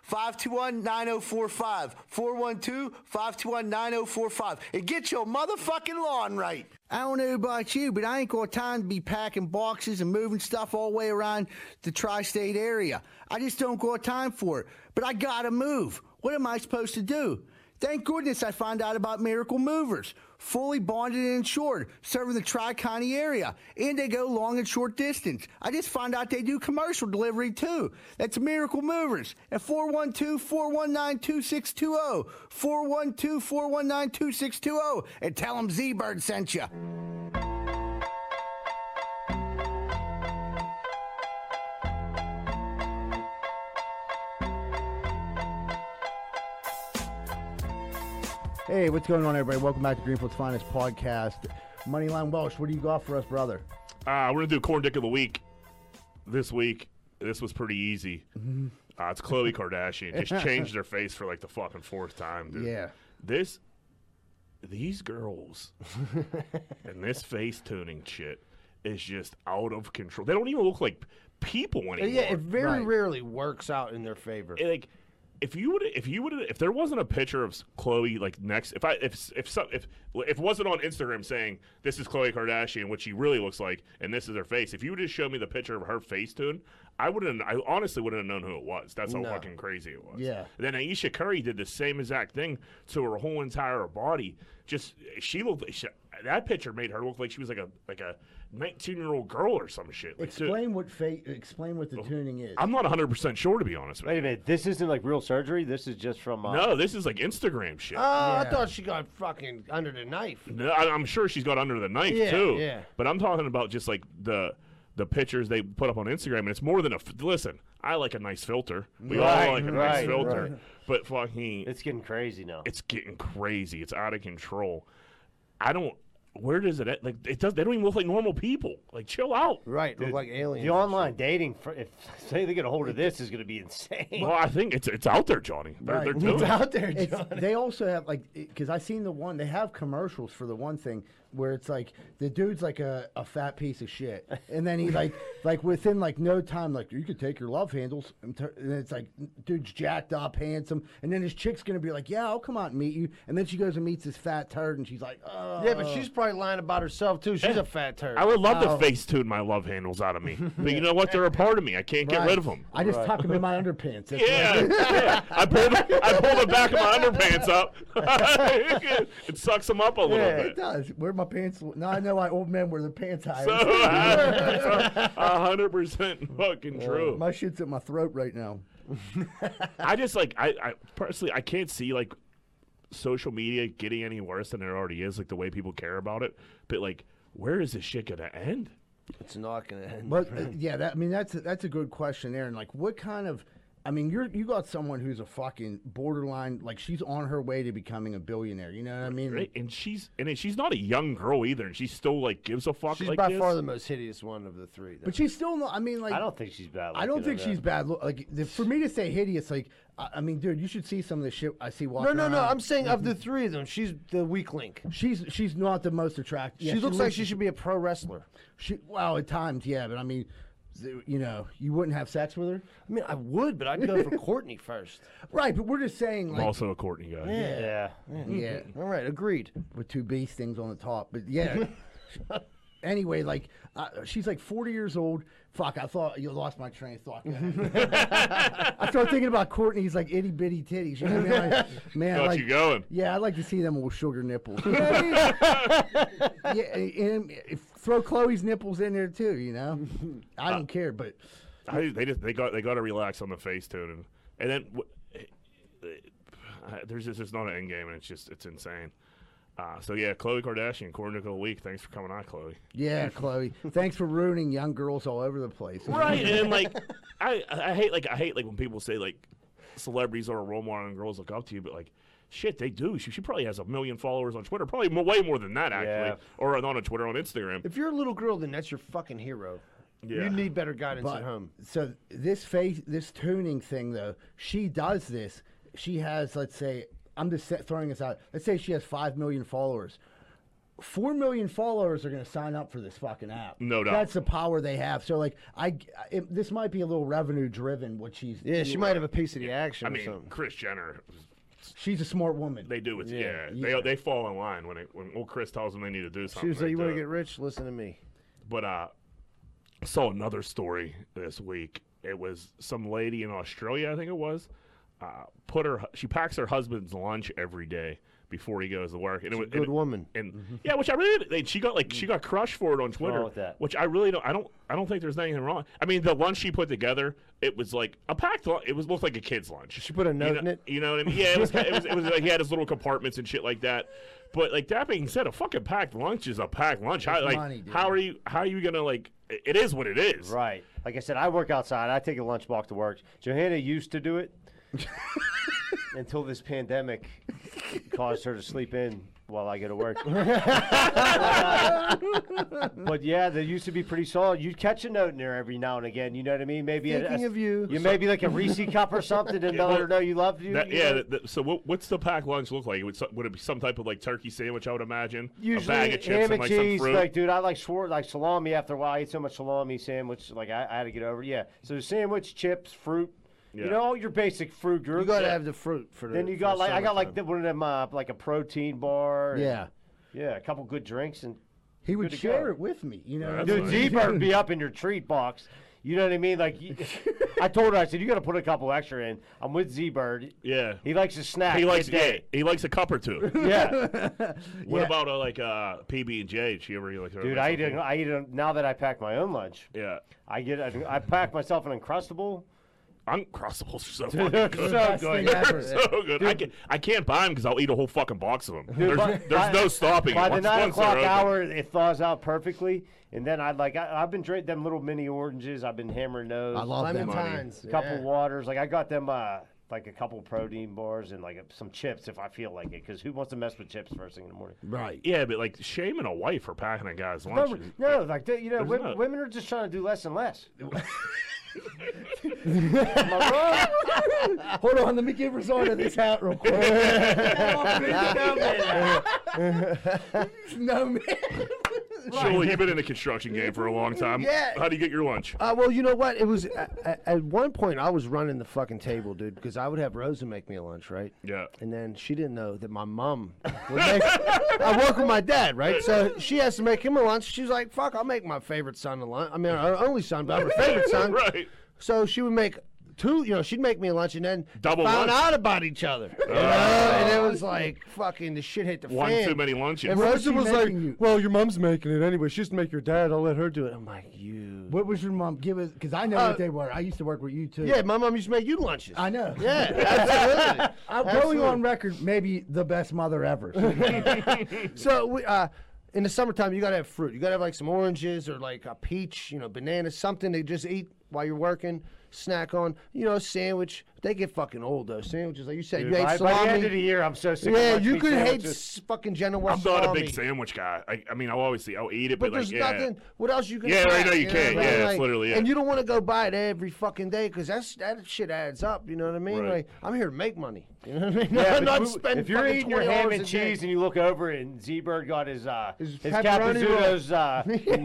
A: 412-521-9045. 412-521-9045. And get your motherfucking lawn right. I don't know about you, but I ain't got time to be packing boxes and moving stuff all the way around the tri-state area. I just don't got time for it. But I gotta move. What am I supposed to do? Thank goodness I found out about Miracle Movers. Fully bonded and insured, serving the Tri County area, and they go long and short distance. I just found out they do commercial delivery too. That's Miracle Movers at 412 419 2620. 412 419 2620. oh. And tell them Z Bird sent you.
C: Hey, what's going on, everybody? Welcome back to Greenfield's Finest Podcast. Moneyline Welsh, what do you got for us, brother?
B: Uh, we're gonna do corn dick of the week this week. This was pretty easy. Uh, it's Khloe Kardashian. Just changed their face for like the fucking fourth time, dude.
C: Yeah.
B: This, these girls, and this face tuning shit is just out of control. They don't even look like people anymore.
F: Yeah, it very rarely works out in their favor.
B: it, eh, like if you would if you would if there wasn't a picture of Chloe like next if I if if some if if it wasn't on Instagram saying this is Chloe Kardashian what she really looks like and this is her face if you would just show me the picture of her face tune I wouldn't I honestly wouldn't have known who it was that's how fucking crazy it was
C: Yeah.
B: then Aisha Curry did the same exact thing to her whole entire body just she looked she, that picture made her look like she was like a like a 19 year old girl or some shit like, dude,
C: Explain what fa- Explain what the tuning is.
B: I'm not 100 percent sure to be honest with
D: Wait
B: you
D: a minute. This isn't like real surgery. This is just from. Uh,
B: no this is like Instagram shit
F: Oh, I thought she got fucking under the knife.
B: No, I, I'm sure she's got under the knife
F: Yeah,
B: too.
F: yeah.
B: But I'm talking about just like the the pictures they put up on Instagram, and it's more than a. f- Listen, I like a nice filter. We
D: Right,
B: all like a nice
D: right,
B: filter. But fucking, it's,
D: It's getting crazy now.
B: getting crazy. It's out of control. I don't. Where does it at? like? It does. They don't even look like normal people. Like, chill out.
F: Right, look like aliens.
D: The online dating, for, if say they get a hold of this, is going to be insane.
B: Well, I think it's it's out there, Johnny. They're,
C: Right.
B: they're
C: It's
B: doing it.
D: out there,
C: It's,
D: John.
C: they also have like because I seen the one they have commercials for the one thing where it's like the dude's like a, a fat piece of shit and then he like like within like no time like you could take your love handles and, tur- and it's like dude's jacked up handsome and then his chick's gonna be like yeah I'll come out and meet you and then she goes and meets this fat turd and she's like oh
F: Yeah, but she's probably lying about herself too. She's a fat turd.
B: I would love to face tune my love handles out of me, but you know what? They're a part of me. I can't get rid of them.
C: I just tuck him in my underpants That's
B: Yeah, yeah. I pulled I pulled the back of my underpants up. it sucks them up a little
C: what
B: bit.
C: it does where my pants now I know why old men wear their pants high
B: So I- a hundred percent fucking true.
C: my shit's at my throat right now
B: I just like I, I personally I can't see like social media getting any worse than it already is. Like the way people care about it, but like where is this shit gonna end?
F: It's not gonna end.
C: But uh, yeah, that, I mean that's a, that's a good question, Aaron. Like, what kind of I mean, you're you got someone who's a fucking borderline, like she's on her way to becoming a billionaire. You know what I mean?
B: Right? And she's and she's not a young girl either, and she still like gives a fuck.
F: She's
B: like
F: by
B: this.
F: far the most hideous one of the three.
C: But she's still not. I mean, like
D: I don't think she's bad.
C: I don't
D: looking
C: think
D: at
C: she's
D: that.
C: bad. Look, like the, for me to say hideous, like I, I mean, dude, you should see some of the shit I see
F: no,
C: walking.
F: no, no.
C: around.
F: I'm saying of the three of them, she's the weak link.
C: she's she's not the most attractive.
F: she looks like she should be a pro wrestler.
C: she. Well, at times, yeah, but I mean, th- you know, you wouldn't have sex with her,
F: I mean, I would, but I'd go for Courtney first.
C: right? But we're just saying,
B: I'm
C: like,
B: also a Courtney guy.
D: Yeah.
C: yeah.
F: All right, agreed.
C: with two bee stings on the top. But yeah. anyway, like uh, she's like 40 years old. Fuck, I thought you lost my train of thought. Go ahead. I started thinking about Courtney's like itty bitty titties. You know what I mean? Like, man,
B: Got
C: like,
B: you going.
C: yeah, I'd like to see them with sugar nipples. You know what I mean? yeah, and, and throw Chloe's nipples in there too. You know, I don't care, but
B: I, they just they got they got to relax on the face tune and and then w- uh, there's just there's not an end game and it's just it's insane. Uh, so yeah, Chloe Kardashian, Corn Nickel Week. Thanks for coming on, Chloe.
C: yeah, Chloe, thanks for ruining young girls all over the place.
B: Right, and like I I hate like I hate like when people say like celebrities are a role model and girls look up to you, but like. Shit, they do. She, she probably has a million followers on Twitter, probably mo- way more than that actually,
D: Yeah.
B: or on, on Twitter, on Instagram.
F: If you're a little girl, then that's your fucking hero.
B: Yeah.
F: You need better guidance
C: But-
F: at home.
C: So this face, this tuning thing, though, she does this. She has, let's say, I'm just sa- throwing this out. Let's say she has five million followers. Four million followers are going to sign up for this fucking app.
B: No doubt.
C: That's the power they have. So, like, I g- it, this might be a little revenue driven. What she's
F: Yeah, she might have a piece of the action
B: I
F: or
B: mean,
F: something.
B: Chris Jenner
C: she's a smart woman.
B: They do. It's, yeah,
C: yeah.
B: They they fall in line when it, when old Chris tells them they need to do
F: She
B: something.
F: was like,
B: they
F: "You want
B: do
F: to
B: it."
F: get rich? Listen to me."
B: But uh, I saw another story this week. It was some lady in Australia, I think it was. Uh, put her she packs her husband's lunch every day before he goes to work. And it was
F: Good
B: and it-
F: woman.
B: and yeah, which I really they, she got like she got crushed for it on Twitter.
D: wrong with that?
B: Which I really don't. I don't. I don't think there's anything wrong. I mean, the lunch she put together, it was like a packed. Lunch, it was looked like a kid's lunch.
F: She put a note
B: you know,
F: in it?
B: You know what I mean? Yeah, it was. It was. It was like he had his little compartments and shit like that. But like that being said, a fucking packed lunch is a packed lunch. How, like,
C: money, dude.
B: how are you? How are you gonna like? i- It is what it is.
D: Right. Like I said, I work outside. I take a lunch walk to work. Johanna used to do it. until this pandemic caused her to sleep in while I go to work. but yeah, they used to be pretty solid. You'd catch a note in there every now and again. You know what I mean? Maybe a-
F: Thinking
D: a,
F: of you.
D: You maybe like a Reese cup or something, and they'll let her know you love you.
B: That,
D: you
B: yeah.
D: know?
B: That, that- so what, what's the packed lunch look like? Would, so- would it be some type of like turkey sandwich? I would imagine.
D: Usually
B: a bag of chips
D: ham and,
B: like
D: cheese.
B: some fruit.
D: Like, dude, I like swore like salami. After a while, I ate so much salami sandwich. Like, I, I had to get over. it. Yeah, so sandwich, chips, fruit.
B: Yeah.
D: You know, all your basic fruit group.
F: You gotta have the fruit for the.
D: Then you
F: for
D: got like I got like
F: summertime.
D: the, one of them uh, like a protein bar. and-
C: Yeah.
D: yeah, a couple good drinks and
C: He
D: Good
C: would
D: to
C: share
D: go.
C: it with me. You know, what I
B: that's
C: mean?
D: dude, Z Bird be up in your treat box. You know what I mean? Like you- I told her, I said you got to put a couple extra in. I'm with Z Bird.
B: yeah.
D: He likes to snack.
B: He likes yeah,
D: midday.
B: he likes a cup or two.
D: Yeah,
B: What about uh, like uh, PB and J? She ever like? throw
D: dude,
B: that
D: I eat.
B: stuff
D: A,
B: in?
D: I eat. A, now that I pack my own lunch,
B: Yeah,
D: I get. A, I pack myself an uncrustable.
B: uncrustables are so
D: Dude,
B: fucking
D: they're
B: good.
D: so good.
B: They're so good. I can I can't buy them because I'll eat a whole fucking box of them. There's,
D: by-
B: there's
D: by-
B: no stopping.
D: By
B: it.
D: the
B: Once-
D: nine
B: once they're
D: o'clock
B: open.
D: hour, it thaws out perfectly, and then I'd like I, I've been drinking them little mini oranges. I've been hammering those.
C: I love them.
F: Clementines,
D: a couple
F: yeah.
D: waters. Like I got them uh, like a couple protein bars and like some chips if I feel like it. Because who wants to mess with chips first thing in the morning?
C: Right.
B: Yeah, but like shaming a wife for packing a guy's lunch.
D: No,
B: is-
D: no, like they- you know,
B: There's
D: women,
B: not-
D: women are just trying to do less and less. Am I wrong?
C: Uh, Hold on, let me get Rosanna this hat real quick. no man.
B: Surely you've been in the construction game for a long time.
F: Yeah.
B: How do you get your lunch?
F: Uh, well, you know what? It was at, at- at one point I was running the fucking table, dude, because I would have Rosa make me a lunch, right?
B: Yeah.
F: And then she didn't know that my mom would make. I work with my dad, right? So she has to make him a lunch. She's like, "Fuck, I'll make my favorite son a lunch. I mean, our only son, but I'm her favorite son."
B: right.
F: So she would make two. You know, she'd make me a lunch and then
B: Double
F: found
B: lunch. Oh.
F: out about each other. you know? And it was like fucking the shit hit the
B: One
F: fan.
B: too many lunches.
F: And Rosa
C: she
F: was like,
C: making you?
F: "Well, your mom's making it anyway. She used to make your dad. I'll let her do it." I'm like, "You."
C: What was your mom? Give us, because I know
F: Uh,
C: what they were. I used to work with you too.
F: Yeah, my mom used to make you lunches.
C: I know.
F: Yeah, absolutely.
C: I'm
F: Absolutely.
C: going on record, maybe the best mother ever.
F: So we, uh, in the summertime, you gotta have fruit. You gotta have like some oranges or like a peach, you know, banana, something to just eat while you're working. Snack on, you know, sandwich. They get fucking old though. Sandwiches, like you said, you hate
D: by, by the end of the
F: salami.
D: year, I'm so sick.
F: Yeah,
D: of lunch
F: you
D: meat
F: could hate
D: sandwiches.
F: s- fucking General
B: I'm
F: West
B: not a
F: salami,
B: big sandwich guy. I, I mean, I'll always see, I'll eat it,
F: But
B: but,
F: there's
B: like, yeah.
F: nothing. What else you can?
B: Yeah, right,
F: buy,
B: no, you
F: know
B: can't.
F: what I mean?
B: Yeah, that's
F: Like,
B: literally it.
F: And you don't want to go buy it every fucking day because that's that shit adds up. You know what I mean?
B: Right.
F: Like I'm here to make money. You know what I mean?
D: Yeah,
F: I'm
D: but
F: not
D: you-
F: spending.
D: if you're
F: fucking
D: eating your
F: 20
D: ham
F: hours
D: and
F: a day.
D: cheese and you look over and Z-Bird got his uh, his,
F: His pepperoni roll.
D: Capizzuto's uh,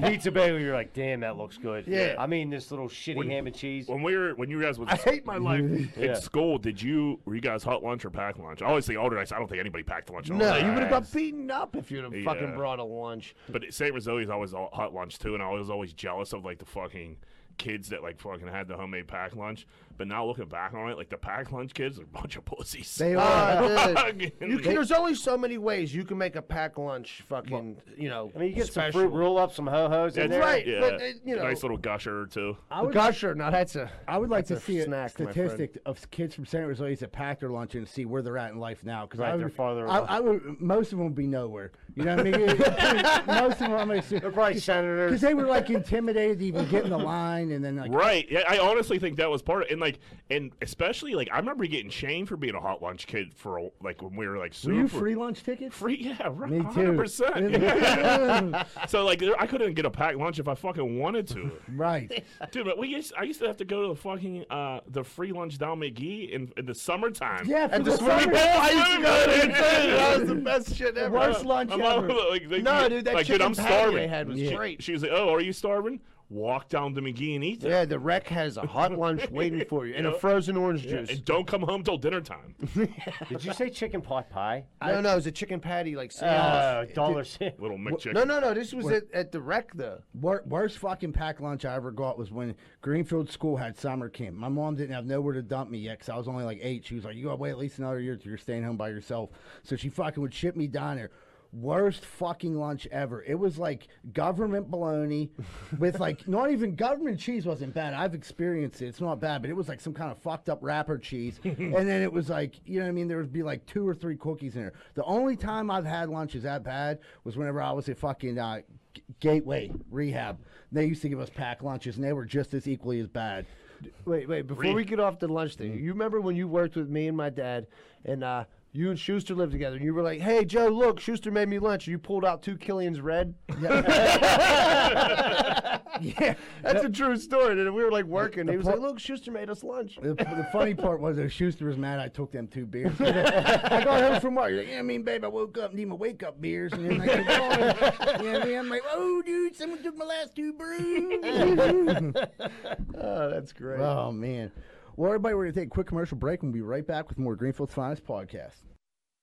D: pizza bagel, you're like, damn, that looks good.
F: Yeah.
D: I mean, this little shitty ham and cheese.
B: When we were, when you guys was
F: I hate my life.
B: in school, did you, were you guys hot lunch or packed lunch? I always think older, I don't think anybody packed lunch. at all.
F: No, you would have
B: Yeah.
F: got beaten up if you'd have
B: Yeah.
F: fucking brought a lunch.
B: But St. Rosalia's always all, hot lunch too, and I was always jealous of like the fucking kids that like fucking had the homemade pack lunch. But now looking back on it, like the pack lunch kids are a bunch of pussies.
C: they are.
F: Uh,
B: Fucking-
F: you can, there's only so many ways you can make a packed lunch fucking, you know.
D: I mean, you get
F: special.
D: some fruit roll up, some ho hos in
B: That's
D: there.
F: right.
B: Yeah,
F: but, uh, you know-
B: nice little gusher or two.
C: I would,
F: Gusher, now that's a.
C: I would like to
F: that's a
C: see a
F: snack, my friend.
C: statistic of kids from San Jose that pack their lunch and see where they're at in life now. Because
D: Right,
C: I would,
D: they're farther
C: I,
D: along.
C: I would, most of them would be nowhere. You know what I mean? most of them, I'm gonna
D: They're probably senators.
C: because they were like intimidated to even get in the line, and then like
B: Right. Yeah, I honestly think that was part of and like and especially like I remember getting shamed for being a hot lunch kid for a- like when we were like
C: Were
B: super
C: you free lunch tickets?
B: Free, yeah, right.
C: Me too.
B: 100%. yeah. so like there- I couldn't get a packed lunch if I fucking wanted to.
C: Right.
B: Dude, but we used, I used to have to go to the fucking uh, the free lunch down McGee in, in the summertime.
C: Yeah, for
F: At
C: the,
F: the swimming
C: summer-
F: pool, I used to go there.
B: Yeah.
F: That was the best shit ever.
C: Worst lunch
B: I'm all-
C: ever.
B: like, like,
F: No, dude, that
B: like, dude,
F: chicken
B: I'm
F: patty
B: starving.
F: they had was
B: She-
F: great.
B: She was like, "Oh, are you starving? Walk down to McGee and eat that,
F: Yeah, the wreck has a hot lunch waiting for you and a frozen orange juice.
B: and don't come home till dinner time."
D: Did you say chicken pot pie?
F: no, no, it was a chicken patty like
D: Oh,
F: sandwich.
B: Ah, Uh,
D: dollar sandwich.
B: Little McChicken.
F: no, no, no. This was at, at the wreck though.
C: Wor- worst fucking packed lunch I ever got was when Greenfield School had summer camp. My mom didn't have nowhere to dump me yet because I was only like eight. She was like, "You gotta wait at least another year till you're staying home by yourself." So she fucking would ship me down there. Worst fucking lunch ever. It was like government bologna with like not even government cheese wasn't bad. I've experienced it. It's not bad, but it was like some kind of fucked up wrapper cheese. and then it was like, you know what I mean? There would be like two or three cookies in there. The only time I've had lunches that bad was whenever I was at fucking uh, G- Gateway Rehab. They used to give us packed lunches, and they were just as equally as bad.
F: Wait, wait. Before we get off the lunch thing, you remember when you worked with me and my dad, and uh, you and Schuster lived together, and you were like, "Hey, Joe, look, Schuster made me lunch." And you pulled out two Killian's Red. yeah, that's a true story. And we were like working. He was like, "Look, Schuster made us lunch."
C: The, the funny part was that Schuster was mad I took them two beers. I got home from work. He's like, yeah, I mean, babe, I woke up, need my wake up beers. And then I kept going. You know what I mean? I'm like, oh, dude, someone took my last two brews.
F: Oh, that's great.
C: oh, man. Well, everybody, we're going to take a quick commercial break and we'll be right back with more Greenfield's Finest podcast.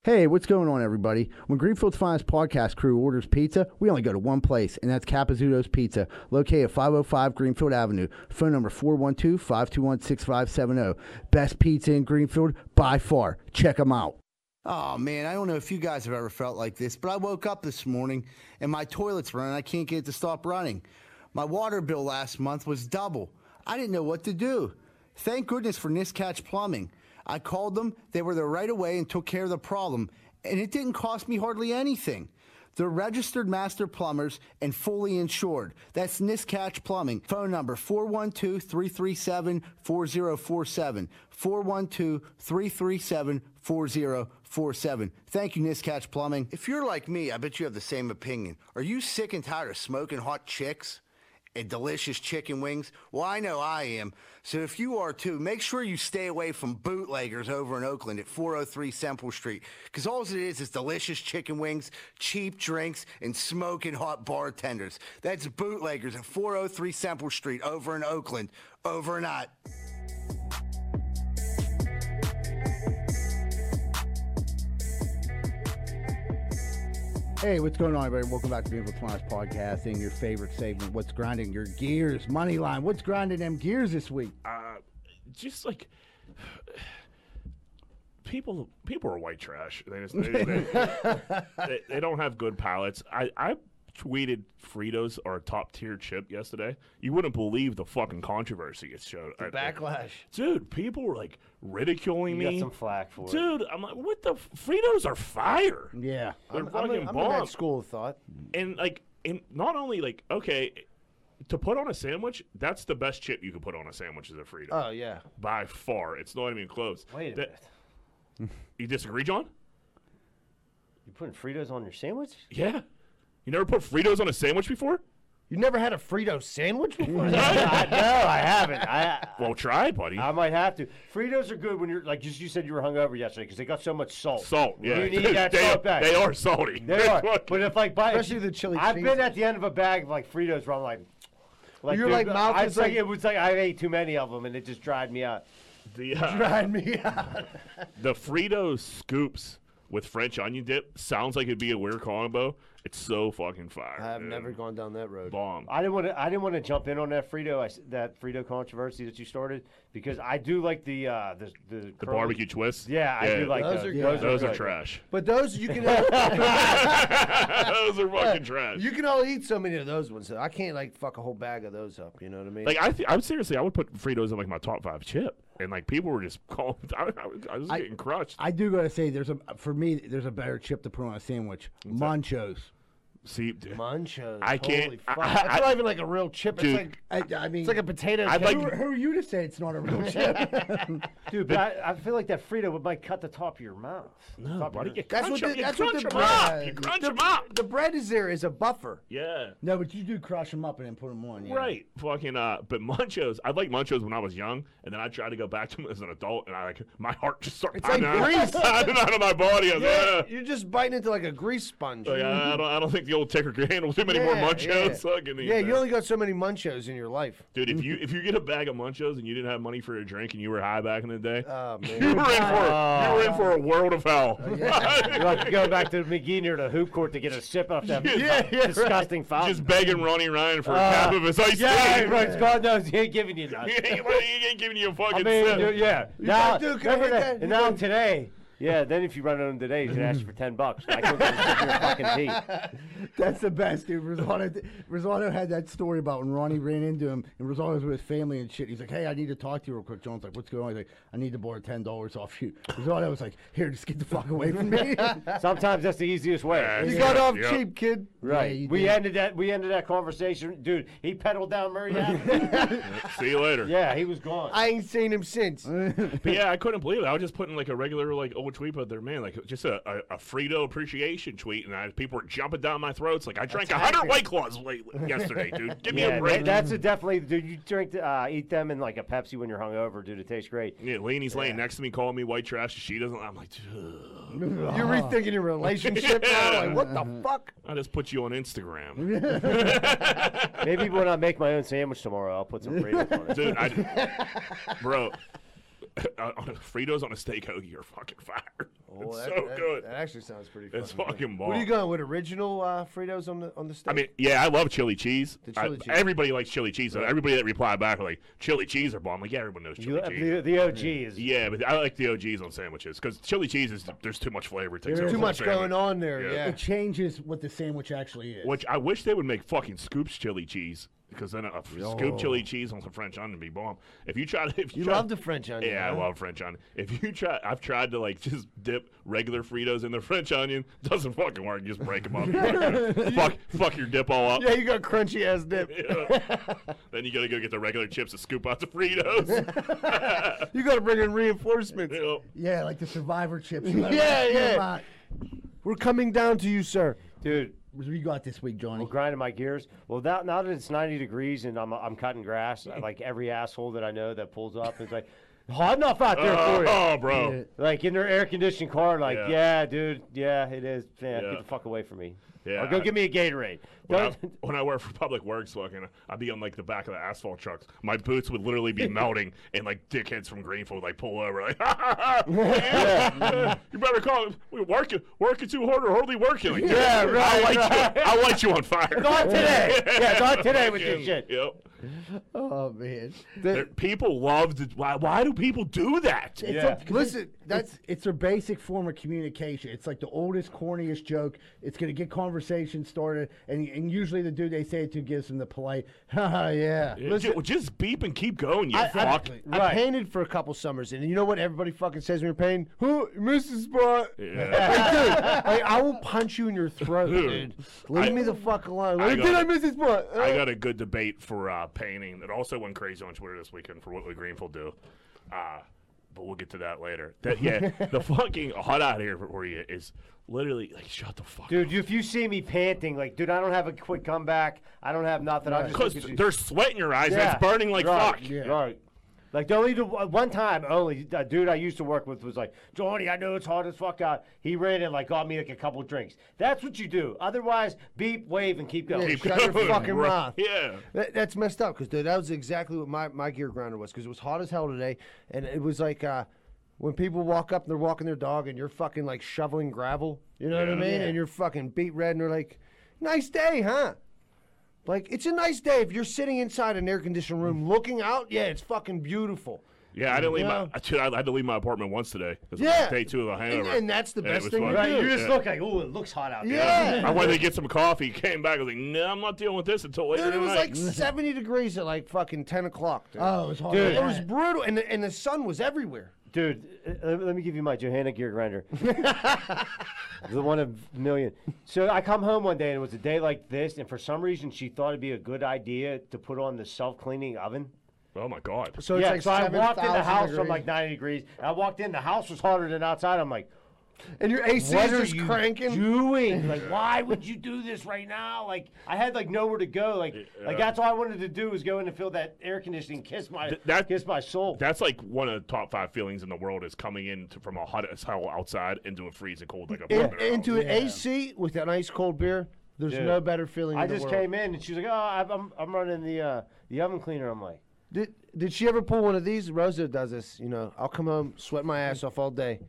C: Hey, what's going on, everybody? When Greenfield's Finest podcast crew orders pizza, we only go to one place, and that's Capizzuto's Pizza, located at 505 Greenfield Avenue. Phone number 412 521 6570. oh. Best pizza in Greenfield by far. Check them out.
A: Oh man, I don't know if you guys have ever felt like this, but I woke up this morning and my toilet's running. I can't get it to stop running. My water bill last month was double. I didn't know what to do. Thank goodness for Niscatch Plumbing. I called them, they were there right away and took care of the problem, and it didn't cost me hardly anything. They're registered master plumbers and fully insured. That's Niscatch Plumbing. Phone number 412 337 4047. 412 337 4047. Thank you, Niscatch Plumbing. If you're like me, I bet you have the same opinion. Are you sick and tired of smoking hot chicks? and delicious chicken wings? Well, I know I am. So if you are too, make sure you stay away from bootleggers over in Oakland at 403 Semple Street because all it is is delicious chicken wings, cheap drinks, and smoking hot bartenders. That's bootleggers at 403 Semple Street over in Oakland. Over and out.
C: Hey, what's going on, everybody? Welcome back to Beautiful Smiles Podcasting, your favorite segment. What's grinding your gears? Money line. What's grinding them gears this week?
B: uh, just like people people are white trash they just they, they- they- they don't have good palates i i tweeted fritos are a top tier chip yesterday you wouldn't believe the fucking controversy it showed I-
F: Backlash.
B: dude people were like ridiculing
D: You
B: me
D: got some flack for it.
B: dude i'm like what the f- fritos are fire
C: Yeah.
B: they're
F: I'm,
B: fucking
F: in- I'm in
B: bomb
F: that school of thought.
B: and like and not only like okay to put on a sandwich that's the best chip you could put on a sandwich is a frito
F: Oh yeah.
B: by far it's not even close
D: Wait a
B: That-
D: minute.
B: you disagree john
D: You putting Fritos on your sandwich?
B: Yeah. You never put Fritos on a sandwich before?
F: You never had a Frito sandwich before?
D: I, no, I haven't. I,
B: Well, try, buddy.
D: I might have to. Fritos are good when you're like just you said you were hungover yesterday because they got so much salt.
B: Salt. Yeah.
D: You need that
B: they,
D: salt
B: are,
D: back.
B: they are salty.
D: They are.
B: Fuck.
D: But if like by
F: Especially the chili
D: I've
F: cheese.
D: been at the end of a bag of like Fritos where I'm like, like
F: Your, like, mouth
D: I
F: is
D: was like,
F: like-
D: it was like I ate too many of them and it just dried me out.
B: the, uh,
F: Tried me out.
B: the Frito scoops with French onion dip sounds like it'd be a weird combo. It's so fucking fire.
F: I have
B: dude.
F: never gone down that road.
B: bomb.
D: I didn't want to. I didn't want to jump in on that Frito. I s that Frito controversy that you started because I do like the uh, the the,
B: The
D: curly-
B: barbecue twists.
D: Yeah, I do like those.
F: Those are
D: Those,
F: good.
D: are,
B: Those are
D: good.
B: trash.
F: But those you can
B: those are fucking trash.
F: you can only eat so many of those ones. I can't like fuck a whole bag of those up. You know what I mean?
B: like I, th- I'm seriously, I would put Fritos in like my top five chip, and like people were just calling. I, I, was- I was getting crushed.
C: I do gotta say, there's a for me, there's a better chip to put on a sandwich. Manchos.
B: See, d-
F: Munchos.
B: I can't-
F: Holy
B: I-
F: fuck.
B: I-
F: That's
B: I-
F: not even like a real chip.
B: Dude.
F: it's like
C: I, I mean,
F: it's like a potato.
B: I'd
F: chip.
B: like-
C: who are you to say it's not a real chip?
D: Dude, but I, I feel like that Frito would might cut the top of your mouth. No,
B: buddy, oh, you
F: That's
B: crunch
F: what
B: 'em-
F: the-
B: you
F: that's what
B: crunch
F: the
B: 'em up.
F: bread-
B: You crunch them up.
F: the bread is there is a buffer.
B: Yeah.
C: no, but you do crush them up and then put them on. Yeah.
B: Right. Fucking uh but munchos, I liked munchos when I was young and then I tried to go back to them as an adult and I like my heart just started
F: It's like
B: pounding
F: grease.
B: out, pounding out of my body. I was
F: Yeah,
B: like, "Ah."
F: you're just biting into like a grease sponge.
B: Like, I, don't, I don't think the old ticker can handle too many more
F: Yeah,
B: munchos.
F: yeah.
B: Fucking these
F: Yeah, you
B: things.
F: only got so many munchos in your life.
B: Dude, if you if you get a bag of munchos and you didn't have money for a drink and you were high back in the day,
F: Oh
B: you
F: man. Oh,
B: were in for you were in for a world of hell.
D: You'd like to go back to McGee near the hoop court to get a sip off that
B: Yeah,
D: disgusting fountain.
B: Just begging Ronnie Ryan for
F: Uh,
B: a cap of his ice
D: yeah,
B: tea.
D: right. God knows he ain't giving you
B: he,
D: nothing.
B: ain't, he ain't giving you a
D: I
B: fucking
D: mean,
B: sip.
D: dude, yeah.
F: like,
D: Now,
F: "Dude, can I
D: remember that-
F: hit that?"
D: And
F: He's
D: now
F: like-
D: today, Yeah, then if you run into today, you can ask for ten bucks. I couldn't get your fucking tea.
C: That's the best, dude. Rosado, Rosado had that story about when Ronnie ran into him, and Rosado was with his family and shit. He's like, "Hey, I need to talk to you real quick." John's like, "What's going on?" He's like, "I need to borrow ten dollars off you." Rosado was like, "Here, just get the fuck away from me."
D: Sometimes that's the easiest way.
B: Yeah.
F: You got off
B: Yep.
F: cheap, kid.
D: Right.
C: you
D: we
C: did.
D: ended that. We ended that conversation, dude. He pedaled down Murray Avenue.
B: See you later.
D: yeah, he was gone.
F: I ain't seen him since.
B: But yeah, I couldn't believe it. I was just putting like a regular like old tweet out there, man, like just a, a, a Frito appreciation tweet, and I, people were jumping down my throats. Like I drank a hundred White Claws late yesterday, dude. Give me
D: yeah,
B: a break.
D: that- that's a definitely. Dude, you drink, the- uh, eat them in like a Pepsi when you're hungover, dude. It tastes great.
B: yeah, Laney's laying next to me, calling me white trash. She doesn't. I'm like, "Ugh,
F: You're rethinking your relationship now. Like, what the fuck?
B: I just put you on Instagram,
D: Maybe when I make my own sandwich tomorrow, I'll put some Fritos on it.
B: dude. I, bro, uh, on a- Fritos on a steak hoagie are fucking fire.
D: Oh,
B: it's
F: Well, that-
B: so
F: that-
B: good.
F: That actually sounds pretty.
B: it's
F: fucking good.
B: fucking bomb.
F: What are you going with? Original uh, Fritos on the on the steak.
B: I mean, yeah, I love chili cheese. I-
F: chili cheese.
B: Everybody likes chili cheese. though. Everybody that replied back were like, chili cheese are bomb. I'm like, yeah, everyone knows chili
D: You-
B: cheese.
D: the, the OG is.
B: Yeah, but I like the OGs on sandwiches because chili cheese is there's too much flavor. It takes over
C: There is
F: too
B: the
F: much
B: sandwich.
F: going on there.
B: Yeah.
F: Yeah.
C: it changes what the sandwich actually is.
B: Which I wish they would make fucking scoops chili cheese because then a f- scoop chili cheese on some French onion would be bomb. If you try to, if you,
F: You
B: try,
F: love the French onion.
B: yeah, I
F: huh?
B: love French onion. If you try, I've tried to like just dip regular Fritos in the French onion. Doesn't fucking work. You just break them up. fuck, fuck your dip all up.
F: Yeah, you got crunchy ass dip.
B: then you gotta go get the regular chips to scoop out the Fritos.
F: You got to bring in reinforcements.
B: You know,
C: yeah, like the survivor chips.
F: Yeah, yeah.
C: Come
F: We're coming down to you, sir.
D: Dude,
C: on. We got this week, Johnny.
D: grinding my gears. Well, that, now that it's 90 degrees and I'm, I'm cutting grass, like every asshole that I know that pulls up is like, hot enough out there for you.
B: oh, bro.
D: Like in their air conditioned car, like,
B: Yeah.
D: yeah, dude, yeah, it is. Man,
B: Yeah.
D: get the fuck away from me.
B: Yeah,
D: Or go
B: I-
D: give me a Gatorade.
B: When I,
D: Don't-
B: when I worked for Public Works, fucking, I'd be on like the back of the asphalt trucks. My boots would literally be melting, and like dickheads from Greenfield would like pull over, like, you better call. We're working, working too hard, or hardly working. Like, yeah, right. I light you. I light you on fire.
D: not today. yeah, not today with this
B: Fucking-
D: shit.
B: Yep.
C: Oh man,
B: There- people love to. Why, why do people do that?
C: It's
D: Yeah.
C: a- 'cause
F: Listen,
C: it's- it's it's a basic form of communication. It's like the oldest, corniest joke. It's gonna get conversation started, and and usually the dude they say it to gives them the polite, "Haha, yeah."
B: Ju- just, beep and keep going. You fuck.
F: I painted for a couple summers, and you know what everybody fucking says when you're painting? Who missed the spot?
B: Yeah.
F: Like, dude, like, I will punch you in your throat,
B: Dude,
F: dude. Leave
B: I-
F: me the fuck alone.
B: I
F: Like,
B: got
F: did I
B: it.
F: miss this spot? Uh,
B: I got a good debate for uh, painting that also went crazy on Twitter this weekend for what would Greenfield do. Uh, but we'll get to that later. That yeah, the fucking hot out here for you is literally like shut the fuck
D: Dude, if you see me panting, like, dude, I don't have a quick comeback. I don't have nothing. I'm just
B: because
D: looking at you.
B: there's sweat in your eyes and
D: Yeah.
B: it's burning like
D: right.
B: fuck.
D: Yeah. Right. Like the only the one time only a dude I used to work with was like Johnny. I know it's hard as fuck out. He ran and like got me like a couple drinks. That's what you do. Otherwise, beep, wave, and keep going.
B: Keep
F: Shut your
B: going,
F: fucking
B: bro.
F: mouth.
B: Yeah.
F: That, that's messed up because dude, that was exactly what my, my gear grinder was because it was hot as hell today, and it was like uh, when people walk up and they're walking their dog and you're fucking like shoveling gravel, you know what I
B: Yeah.
F: mean? And you're fucking beat red and they're like, "Nice day, huh?" Like it's a nice day if you're sitting inside an air conditioned
D: Mm.
F: room looking out. Yeah, it's fucking beautiful.
B: Yeah, I didn't leave
F: Yeah.
B: my. I, dude, I had to leave my apartment once today. 'cause it was
F: Yeah.
B: day two of a
F: And,
B: hangover.
F: and that's the
B: And it
F: best
B: was
F: thing. to
B: fun.
D: Right,
F: do.
D: you just
B: Yeah.
D: look like, oh, it looks hot out there.
F: Yeah.
B: I went to get some coffee, came back, I was like, no, I'm not dealing with this until later
F: Dude, it was
B: tonight.
F: like 70 degrees at like fucking 10 o'clock. Dude.
C: Oh, it was hard.
F: it was brutal, and the, and the sun was everywhere.
D: Dude, uh, let, let me give you my Johanna gear grinder. the one of a million. So I come home one day and it was a day like this, and for some reason she thought it'd be a good idea to put on the self cleaning oven.
B: oh my god.
F: So it's
D: yeah,
F: like
D: so I walked in the
F: 7,000
D: house from
F: degrees.
D: like 90 degrees. and I walked in, the house was hotter than outside. I'm like,
F: and your AC
D: what
F: is
D: are
F: just
D: you
F: cranking.
D: doing? Like, why would you do this right now? Like, I had like nowhere to go. Like, like that's all I wanted to do was go in and feel that air conditioning kiss my
B: Th- that-
D: kiss my soul.
B: That's like one of the top five feelings in the world is coming in to, from a hot as hell outside into a freezing cold like a
F: In-
B: burner.
F: into an AC with an ice cold beer. There's
D: Dude,
F: no better feeling.
D: I
F: in the
D: just
F: world.
D: came in and she's like, "Oh, I'm I'm- I'm running the uh, the oven cleaner." I'm like,
F: Did Did she ever pull one of these? Rosa does this. You know, I'll come home, sweat my ass off all day,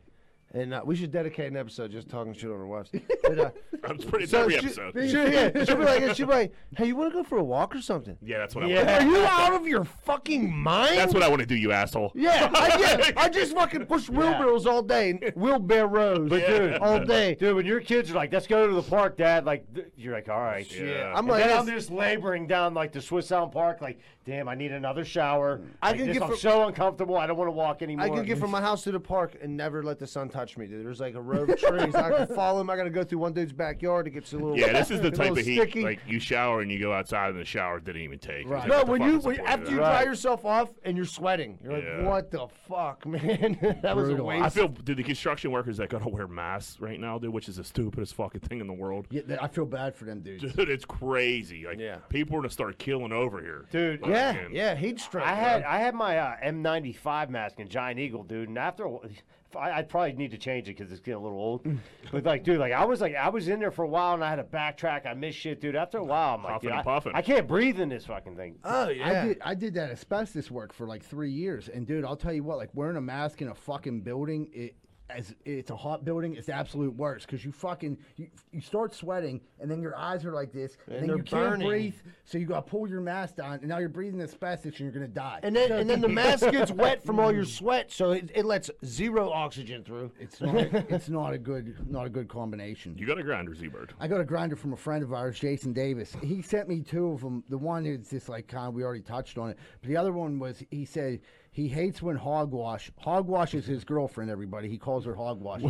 F: And uh, we should dedicate an episode just talking shit on our wives. But, uh,
B: I'm pretty
F: so
B: every
F: she-
B: episode.
F: She, yeah, she'll be like, she'll be like, hey, you want to go for a walk or something?
B: yeah, that's what I
F: Are
B: want.
F: you out of your fucking mind?
B: That's what I want to do, you asshole.
F: Yeah, I, yeah, I just fucking push wheelbarrows all day, wheelbarrows,
B: But dude-
F: all day.
D: Dude, when your kids are like, let's go to the park, Dad, like, th- you're like, all right.
B: Yeah.
F: I'm
D: And
F: like,
D: then I'm just laboring down like the Swiss Sound Park. Like, damn, I need another shower.
F: I
D: Like,
F: can
D: this-
F: get
D: I'm
F: from-
D: so uncomfortable. I don't want to walk anymore.
F: I can get from my house to the park and never let the sun touch me. Dude. There's like a row of trees. I can follow him. I gotta go through one dude's backyard. It gets a little
B: Yeah, this is the
F: a
B: type
F: little
B: of heat.
F: sticky.
B: Like you shower and you go outside, and the shower didn't even take. It's like,
F: no,
B: what the
F: when
B: fuck
F: you
B: is the
F: when,
B: point of
F: after you
B: that?
F: dry yourself off and you're sweating, you're like,
B: Yeah.
F: what the fuck, man? that was a
C: Brutal.
F: waste.
B: I feel, dude, the construction workers that gotta wear masks right now, dude, which is the stupidest fucking thing in the world.
C: Yeah, th- I feel bad for them dudes.
B: Dude, it's crazy. Like,
F: Yeah.
B: people are gonna start killing over here.
D: Dude,
B: Like,
F: yeah,
B: and-
F: yeah, heat stroke.
D: I had I had my uh, M95 mask and Giant Eagle, dude, and after a wh- I, I'd probably need to change it because it's getting a little old.
B: Mm.
D: but like, dude, like I was like I was in there for a while and I had to backtrack. I missed shit, dude. After a while, I'm like,
B: Huffing
D: dude,
B: and
D: I,
B: puffing.
D: I can't breathe in this fucking thing.
F: Oh yeah.
C: I did I did that asbestos work for like three years, and dude, I'll tell you what, like wearing a mask in a fucking building, it as it's a hot building, it's the absolute worst because you fucking you, you start sweating, and then your eyes are like this, and,
F: And
C: then
F: they're
C: you can't
F: burning.
C: breathe, so you gotta pull your mask down, and now you're breathing asbestos, and you're gonna die.
F: And then, and then the mask gets wet from all your sweat, so it, it lets zero oxygen through.
C: it's not it's not a good not a good combination.
B: You got a grinder, Z Bird.
C: I got a grinder from a friend of ours, Jason Davis. He sent me two of them. The one is just like kind of we already touched on it, but the other one was he said he hates when hogwash. Hogwash is his girlfriend. Everybody he calls her hogwash.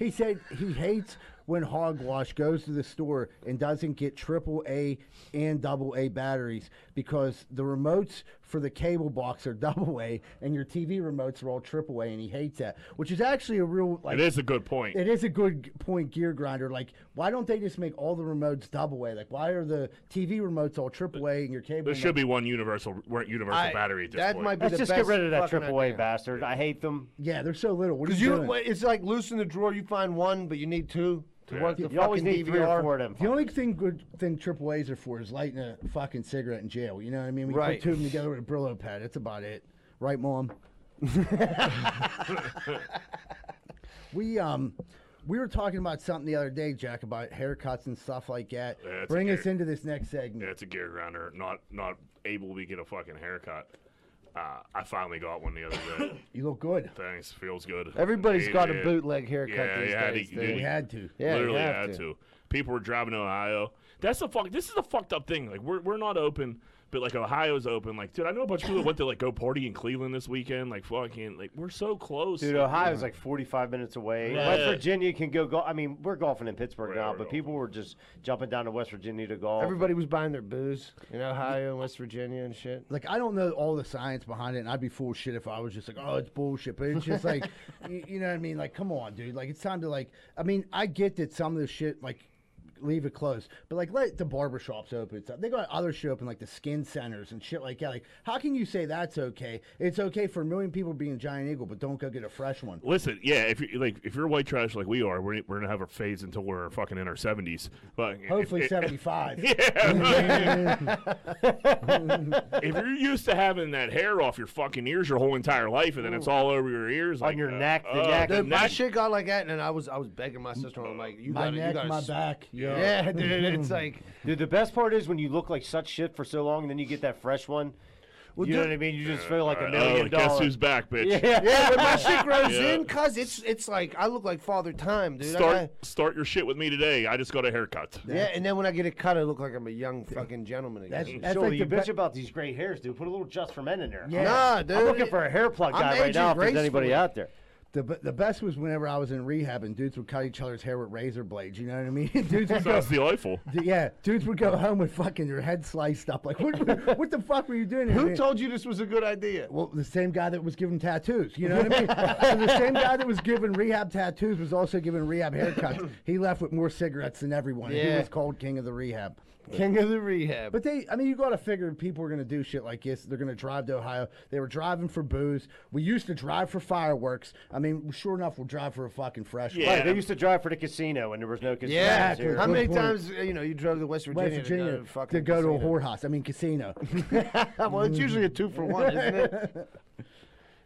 C: he said he hates when hogwash goes to the store and doesn't get triple A and double A batteries because the remotes for the cable box are double A and your TV remotes are all triple A, and he hates that, which is actually a real like
B: It is a good point.
C: it is a good g- point, gear grinder. Like, why don't they just make all the remotes double A? Like, why are the TV remotes all triple A and your cable?
B: There should
C: remote-
B: be one universal wor- universal
F: I-
B: battery at this
F: that
B: point.
F: might be
D: Let's
F: the
D: just get
F: best
D: rid of that
F: fucking
D: triple A
F: idea.
D: bastard. I hate them.
C: Yeah, they're so little. What are
F: Because
C: you,
F: you,
C: doing?
F: it's like loose in the drawer. You find one, but you need two to work the
D: You always
F: fucking
D: need three or
F: DVR.
D: four of them.
C: the only thing good thing triple A's are for is lighting a fucking cigarette in jail. You know what I mean? We
F: Right.
C: put two of them together with a Brillo pad. That's about it, right, mom? we um. We were talking about something the other day, Jack, about haircuts and stuff like that.
B: Yeah, it's
C: Bring
B: weird.
C: us into this next segment.
B: Yeah, it's a gear grinder. Not not able to get a fucking haircut. Uh, I finally got one the other day.
C: You look good.
B: Thanks, feels good.
F: Everybody's
B: Yeah,
F: got a
B: yeah.
F: bootleg haircut
B: Yeah,
F: these
B: you had
F: days,
B: to-
F: dude.
C: We had to.
F: Yeah, you
B: literally
F: have
B: had
F: to.
B: to. People were driving to Ohio. That's the fuck. This is the fucked up thing. Like we're we're not open, but like Ohio's open. Like dude, I know a bunch of people that went to like go party in Cleveland this weekend. Like fucking like we're so close.
F: uh,
D: Dude, Ohio's like 45 minutes away.
B: Mm.
D: West
B: Yeah.
D: Virginia can go. Go- I mean, we're golfing in Pittsburgh
B: Right,
D: now,
B: we're
D: but people were just jumping down to West Virginia to golf.
F: Everybody was buying their booze in Ohio and West Virginia and shit.
C: like I don't know all the science behind it, and I'd be full of shit if I was just like, oh, it's bullshit. But it's just like, you, you know what I mean? Like, come on, dude. Like, it's time to like. I mean, I get that some of this shit like leave it closed, but like let the barber shops open. So They got other shit open, like the skin centers and shit like that. Like, how can you say that's okay? It's okay for a million people being a giant eagle, but don't go get a fresh one.
B: Listen, yeah, if you like, if you're white trash like we are, we're, we're gonna have our fades until we're fucking in our seventies. But if-
C: Hopefully,
B: if,
C: seventy five.
B: if you're used to having that hair off your fucking ears your whole entire life, and then it's all over your ears, like,
D: your
B: uh,
D: neck, the
B: uh,
D: neck.
F: Dude, my
B: neck.
F: shit got like that, and then I was I was begging my sister. I'm like, you
C: My
F: gotta, you
C: neck,
F: gotta
C: my
F: s-
C: back. Yeah.
F: Yeah, dude, it's like,
D: Dude, the best part is when you look like such shit for so long, then you get that fresh one. you know
F: dude-
D: what I mean? You just feel like
B: Uh,
D: a million
B: oh, guess
D: dollars.
B: who's back, bitch?
D: Yeah.
F: yeah, when my shit grows
B: Yeah.
F: in, cause it's it's like I look like Father Time, dude. I
B: Start
F: got-
B: start your shit with me today. I just got a haircut.
F: yeah, and then when I get it cut, I look like I'm a young fucking gentleman again.
C: That's, that's
D: Surely
C: like
D: you
C: the
D: bitch
C: be-
D: about these gray hairs, dude. Put a little just for men in there.
C: Yeah.
F: Nah, dude.
D: I'm looking for a hair plug
F: I'm
D: guy right
F: aging
D: now. If there's anybody
F: gracefully.
D: out there,
C: The, be- the best was whenever I was in rehab and dudes would cut each other's hair with razor blades. You know what I mean? dudes would go,
B: That's delightful.
C: D- yeah, dudes would go home with fucking their head sliced up. Like, what, what, what the fuck were you doing? here,
F: Who
C: man?"
F: told you this was a good idea?
C: Well, the same guy that was giving tattoos. You know what I mean? so the same guy that was giving rehab tattoos was also giving rehab haircuts. he left with more cigarettes than everyone. and He
F: Yeah.
C: was called king of the rehab.
F: King of the rehab.
C: But they, I mean, you got to figure people are going to do shit like this. They're going to drive to Ohio. They were driving for booze. We used to drive for fireworks. I mean, sure enough, we'll drive for a fucking fresh one.
B: Yeah.
D: right? They used to drive for the casino, and there was no casino.
F: yeah,
C: Exactly.
F: how
C: Good
F: many
C: point.
F: times uh, you know you drove to West Virginia,
C: West Virginia
F: to go to, fucking
C: to go to a
F: casino?
C: whorehouse. I mean, casino.
F: well, it's usually a two for one, isn't it?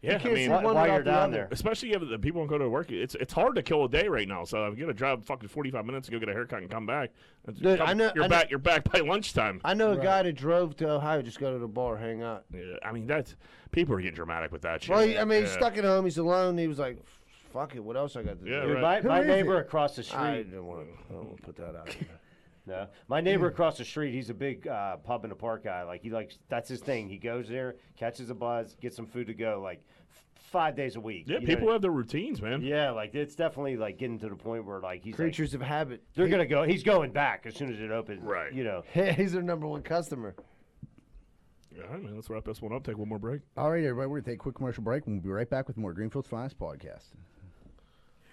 B: Yeah, I
F: can't
B: mean,
F: see one
D: While
F: without
D: you're
F: the
D: down
F: other.
D: there.
B: especially if the people don't go to work, it's it's hard to kill a day right now. So if you got to drive fucking forty five minutes to go get a haircut and come back, it's-
F: Dude,
B: come-
F: I know-
B: you're
F: I know-
B: back. You're back by lunchtime.
F: I know a guy that drove to Ohio just go to the bar, hang out.
B: Yeah, I mean, that's people are getting dramatic with that shit.
F: Well, he- I mean, he's
B: Yeah.
F: stuck at home. He's alone. He was like, "Fuck it, what else I got to
B: Yeah,
F: do?"
B: right.
D: My,
A: Who
D: my
A: is
D: neighbor across the
F: I
D: street.
F: didn't want to. I don't want to put that out. there.
D: No, my neighbor across the street. He's a big uh, pub in the park guy. Like he likes that's his thing. He goes there, catches a buzz, gets some food to go. Like f- five days a week.
B: Yeah,
D: you know?
B: people have their routines, man.
D: Yeah, like it's definitely like getting to the point where like he's like,
F: Creatures of habit.
D: they're gonna go. He's going back as soon as it opens.
B: Right.
D: You know.
F: He's their number one customer.
B: All right, man. Let's wrap this one up. Take one more break.
A: All right, everybody, we're going to take a quick commercial break, and we'll be right back with more Greenfield's Finest Podcast.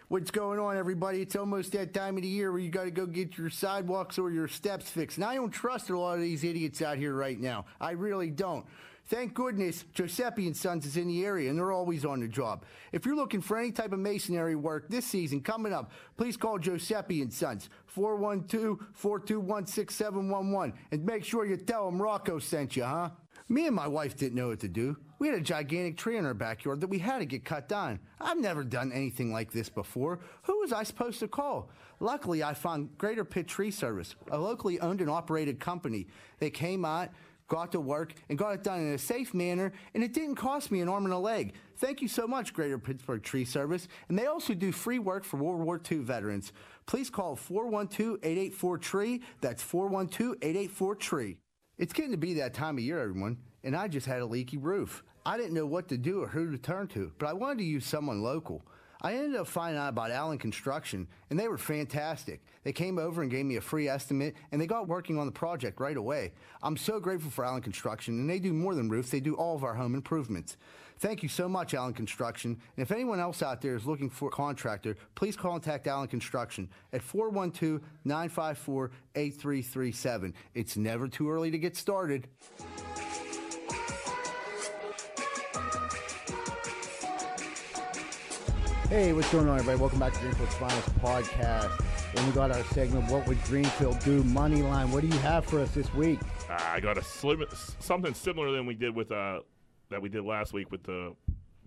A: What's going on, everybody? It's almost that time of the year where you got to go get your sidewalks or your steps fixed. And I don't trust a lot of these idiots out here right now. I really don't. Thank goodness Giuseppe and Sons is in the area, and they're always on the job. If you're looking for any type of masonry work this season coming up, please call Giuseppe and Sons 412-421-6711 and make sure you tell them Rocco sent you, huh? Me and my wife didn't know what to do. We had a gigantic tree in our backyard that we had to get cut down. I've never done anything like this before. Who was I supposed to call? Luckily, I found Greater Pitt Tree Service, a locally owned and operated company. They came out, got to work, and got it done in a safe manner, and it didn't cost me an arm and a leg. Thank you so much, Greater Pittsburgh Tree Service. And they also do free work for World War II veterans. Please call 412 884 TREE. E That's 412 884 TREE. It's getting to be that time of year, everyone, and I just had a leaky roof. I didn't know what to do or who to turn to, but I wanted to use someone local. I ended up finding out about Allen Construction, and they were fantastic. They came over and gave me a free estimate, and they got working on the project right away. I'm so grateful for Allen Construction, and they do more than roofs, they do all of our home improvements. Thank you so much, Allen Construction. And if anyone else out there is looking for a contractor, please contact Allen Construction at 412 954 8337. It's never too early to get started. Hey, what's going on, everybody? Welcome back to Greenfield's Finest Podcast. And we got our segment, What Would Greenfield Do? Moneyline. What do you have for us this week?
B: Uh, I got a slim, s- something similar than we did with uh that we did last week with the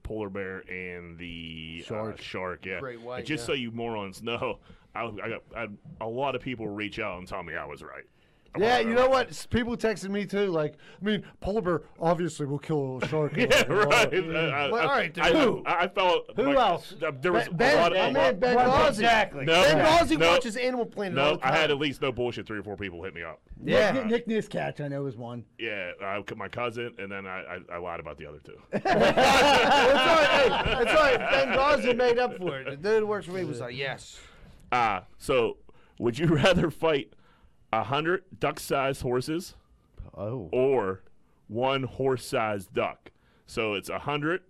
B: polar bear and the shark. Uh, shark, yeah.
F: Great white,
B: And just so you morons know, I, I got I, a lot of people reach out and tell me I was right. I
F: Yeah,
B: was
F: you
B: right.
F: know what? S- People texted me too. Like, I mean, polar bear obviously will kill a shark.
B: Yeah, right. I, I-
F: Well, Mm. all right, dude.
B: I,
F: Who?
B: I, I felt
D: Who
B: like,
D: else?
B: uh, There was
F: Ben-
B: a lot.
F: my
B: a
F: man
B: lot-
F: Ben
D: Right,
F: Gauzy.
D: Exactly.
B: No.
F: Ben Gauzy
B: No.
F: watches Animal Planet. all
B: no,
F: the
B: I had
F: time.
B: at least no bullshit. Three or four people hit me up.
F: Yeah.
A: Nick Niscatch, I know, is one.
B: Yeah, I, my cousin, and then I, I, I lied about the other two.
F: That's all right. Hey, that's all right. Ben Gauzy made up for it. The dude who works for me was like, yes.
B: Ah, so would you rather fight a hundred duck-sized horses,
A: Oh.
B: or one horse-sized duck? So it's a hundred